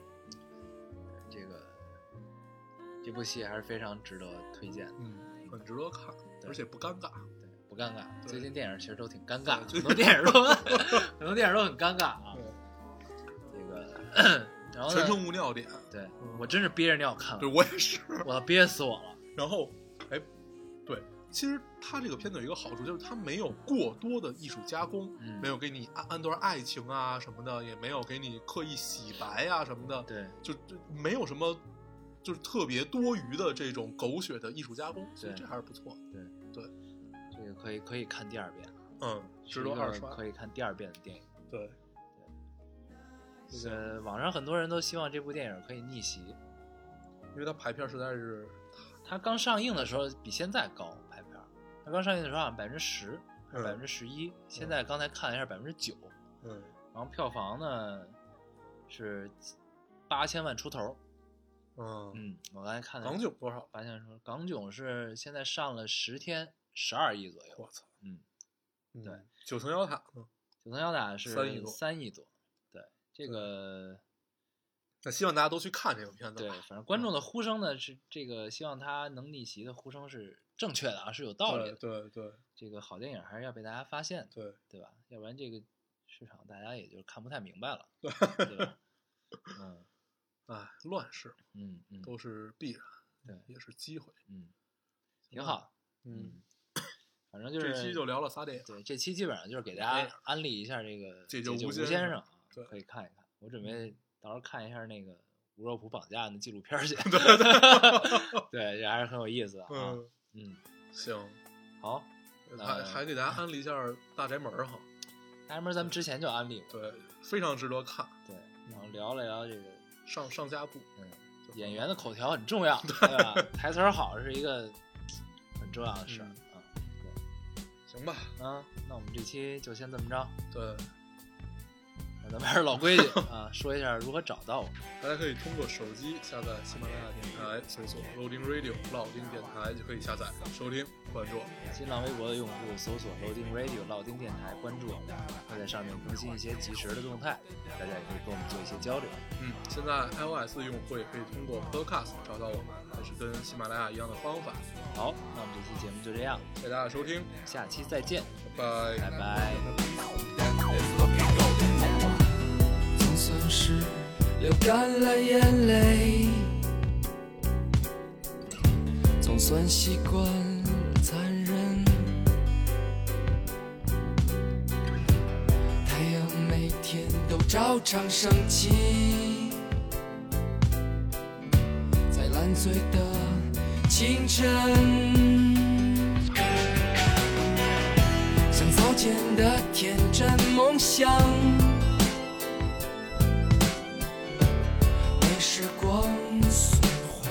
Speaker 1: 这个这部戏还是非常值得推荐的。
Speaker 2: 嗯，很值得看，
Speaker 1: 对
Speaker 2: 而且
Speaker 1: (laughs)
Speaker 2: 不尴尬。
Speaker 1: 对，不尴尬。
Speaker 2: 对
Speaker 1: 最近电影其实都挺尴尬，
Speaker 2: 对
Speaker 1: 很
Speaker 2: 最
Speaker 1: 多电影都很多电影都很尴尬啊。这
Speaker 2: (laughs)
Speaker 1: 个，然后
Speaker 2: 全
Speaker 1: 呢？
Speaker 2: 程无尿点，
Speaker 1: 对
Speaker 2: 嗯
Speaker 1: 我真是憋着尿看
Speaker 2: 对
Speaker 1: 了，
Speaker 2: 我也是。
Speaker 1: 我要憋死我了。
Speaker 2: 然后，哎，对，其实他这个片子有一个好处，就是他没有过多的艺术加工，
Speaker 1: 嗯
Speaker 2: 没有给你按按段爱情啊什么的，也没有给你刻意洗白啊什么的，
Speaker 1: 对
Speaker 2: 就就没有什么就是特别多余的这种狗血的艺术加工，所以
Speaker 1: 对
Speaker 2: 这还是不错的。
Speaker 1: 这个可以可以看第二遍，
Speaker 2: 嗯，值得
Speaker 1: 是一个
Speaker 2: 二刷。
Speaker 1: 可以看第二遍的电影。
Speaker 2: 对，
Speaker 1: 这个网上很多人都希望这部电影可以逆袭，
Speaker 2: 因为它排片实在是
Speaker 1: 它刚上映的时候比现在高排片儿，它刚上映的时候好像百分之十还是百
Speaker 2: 嗯
Speaker 1: 分之十一，现在刚才看了一下百分之九，
Speaker 2: 嗯
Speaker 1: 然后票房呢是八千万出头。
Speaker 2: 嗯，
Speaker 1: 嗯，我刚才看了
Speaker 2: 港囧多少？
Speaker 1: 八千万出头，港囧是现在上了十天十二亿左右，
Speaker 2: 我操，
Speaker 1: 嗯，
Speaker 2: 嗯
Speaker 1: 对，
Speaker 2: 九层妖塔嗯呢？
Speaker 1: 九层妖塔是
Speaker 2: 三亿多
Speaker 1: 三亿多，对这个
Speaker 2: 那希望大家都去看这个片子
Speaker 1: 对，
Speaker 2: 吧。嗯
Speaker 1: 反正观众的呼声呢是这个，希望它能逆袭的呼声是正确的啊，是有道理
Speaker 2: 对
Speaker 1: 的。
Speaker 2: 对对
Speaker 1: 这个好电影还是要被大家发现的，
Speaker 2: 对，
Speaker 1: 对吧？要不然这个市场大家也就看不太明白了，对
Speaker 2: (laughs)
Speaker 1: 吧？嗯
Speaker 2: 哎，乱世
Speaker 1: 嗯嗯，
Speaker 2: 都是必然，
Speaker 1: 对
Speaker 2: 也是机会。
Speaker 1: 嗯，挺好，嗯，反正就是
Speaker 2: 这期就聊了仨电影，
Speaker 1: 对，这期基本上就是给
Speaker 2: 哎
Speaker 1: 大家
Speaker 2: 呀
Speaker 1: 安利一下这个
Speaker 2: 解
Speaker 1: 解
Speaker 2: 救
Speaker 1: 救
Speaker 2: 吴
Speaker 1: 吴
Speaker 2: 先
Speaker 1: 先
Speaker 2: 生
Speaker 1: 生啊，
Speaker 2: 对嗯
Speaker 1: 可以看一看。我准备到时候看一下那个吴若甫绑架案的纪录片儿去。 (laughs) 对，这还是很有意思的啊。
Speaker 2: 嗯，
Speaker 1: 嗯，
Speaker 2: 行，
Speaker 1: 好，那
Speaker 2: 还还给大家安利一下《大宅门》哈，
Speaker 1: 大家们咱们之前就安利过，
Speaker 2: 对，非常值得看，
Speaker 1: 对，
Speaker 2: 嗯
Speaker 1: 然后聊了聊这个
Speaker 2: 上上下部，
Speaker 1: 嗯
Speaker 2: 就很
Speaker 1: 演员的口条很重要，对吧？台词儿好是一个很重要的事儿啊。
Speaker 2: 嗯行吧，
Speaker 1: 啊，那我们这期就先这么着，
Speaker 2: 对，
Speaker 1: 那咱们还是老
Speaker 2: (laughs)
Speaker 1: 规矩啊，说一下如何找到我们。
Speaker 2: 大家可以通过手机下载喜马拉雅电台，搜索 Loading Radio 老丁电台就可以下载收听关注。
Speaker 1: 新浪微博的用户搜索 Loading Radio 老丁电台，关注我们，会在上面更新一些及时的动态，大家也可以跟我们做一些交流。
Speaker 2: 嗯，现在 iOS 的用户也可以通过 Podcast 找到我们，还是跟喜马拉雅一样的方法。
Speaker 1: 好，那我们这期节目就这样，
Speaker 2: 谢谢大家收听，
Speaker 1: 下期再见，
Speaker 2: 拜
Speaker 1: 拜拜。
Speaker 3: 总算是流干了眼泪，总算习惯了残忍。太阳每天都照常升起，在烂醉的清晨，像早前的天真梦想。被时光损毁，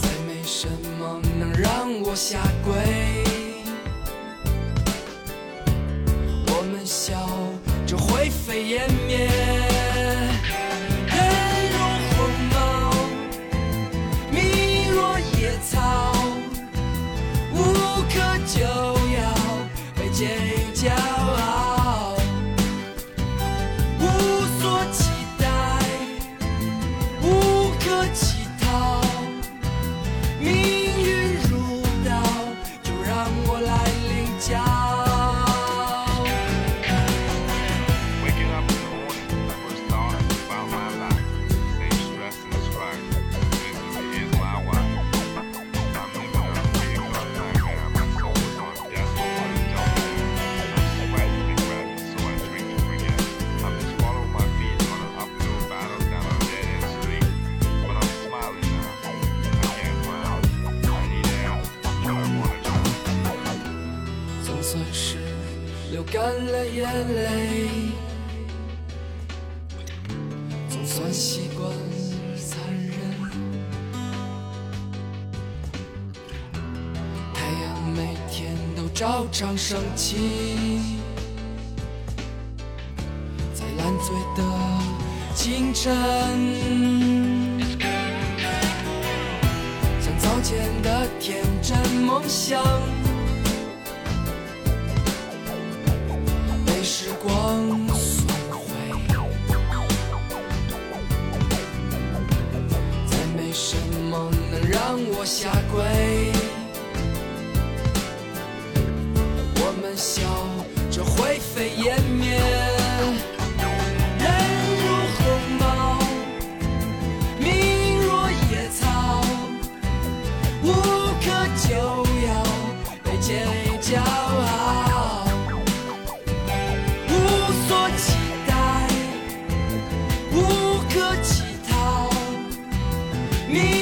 Speaker 3: 再没什么能让我下跪。我们笑着灰飞烟灭，人若鸿毛，米若野草，无可救药，被借于骄傲。无所期待，无可乞讨，命运如刀，就让我来领教。
Speaker 4: Waking up in the
Speaker 3: 眼泪，总算习惯残忍。太阳每天都照常升起，在烂醉的清晨。像早前的天真梦想，被时光损毁，再没什么能让我下跪。我们笑着灰飞烟灭，人如鸿毛，名若野草。无可救药，被借骄傲，无所期待，无可乞讨，你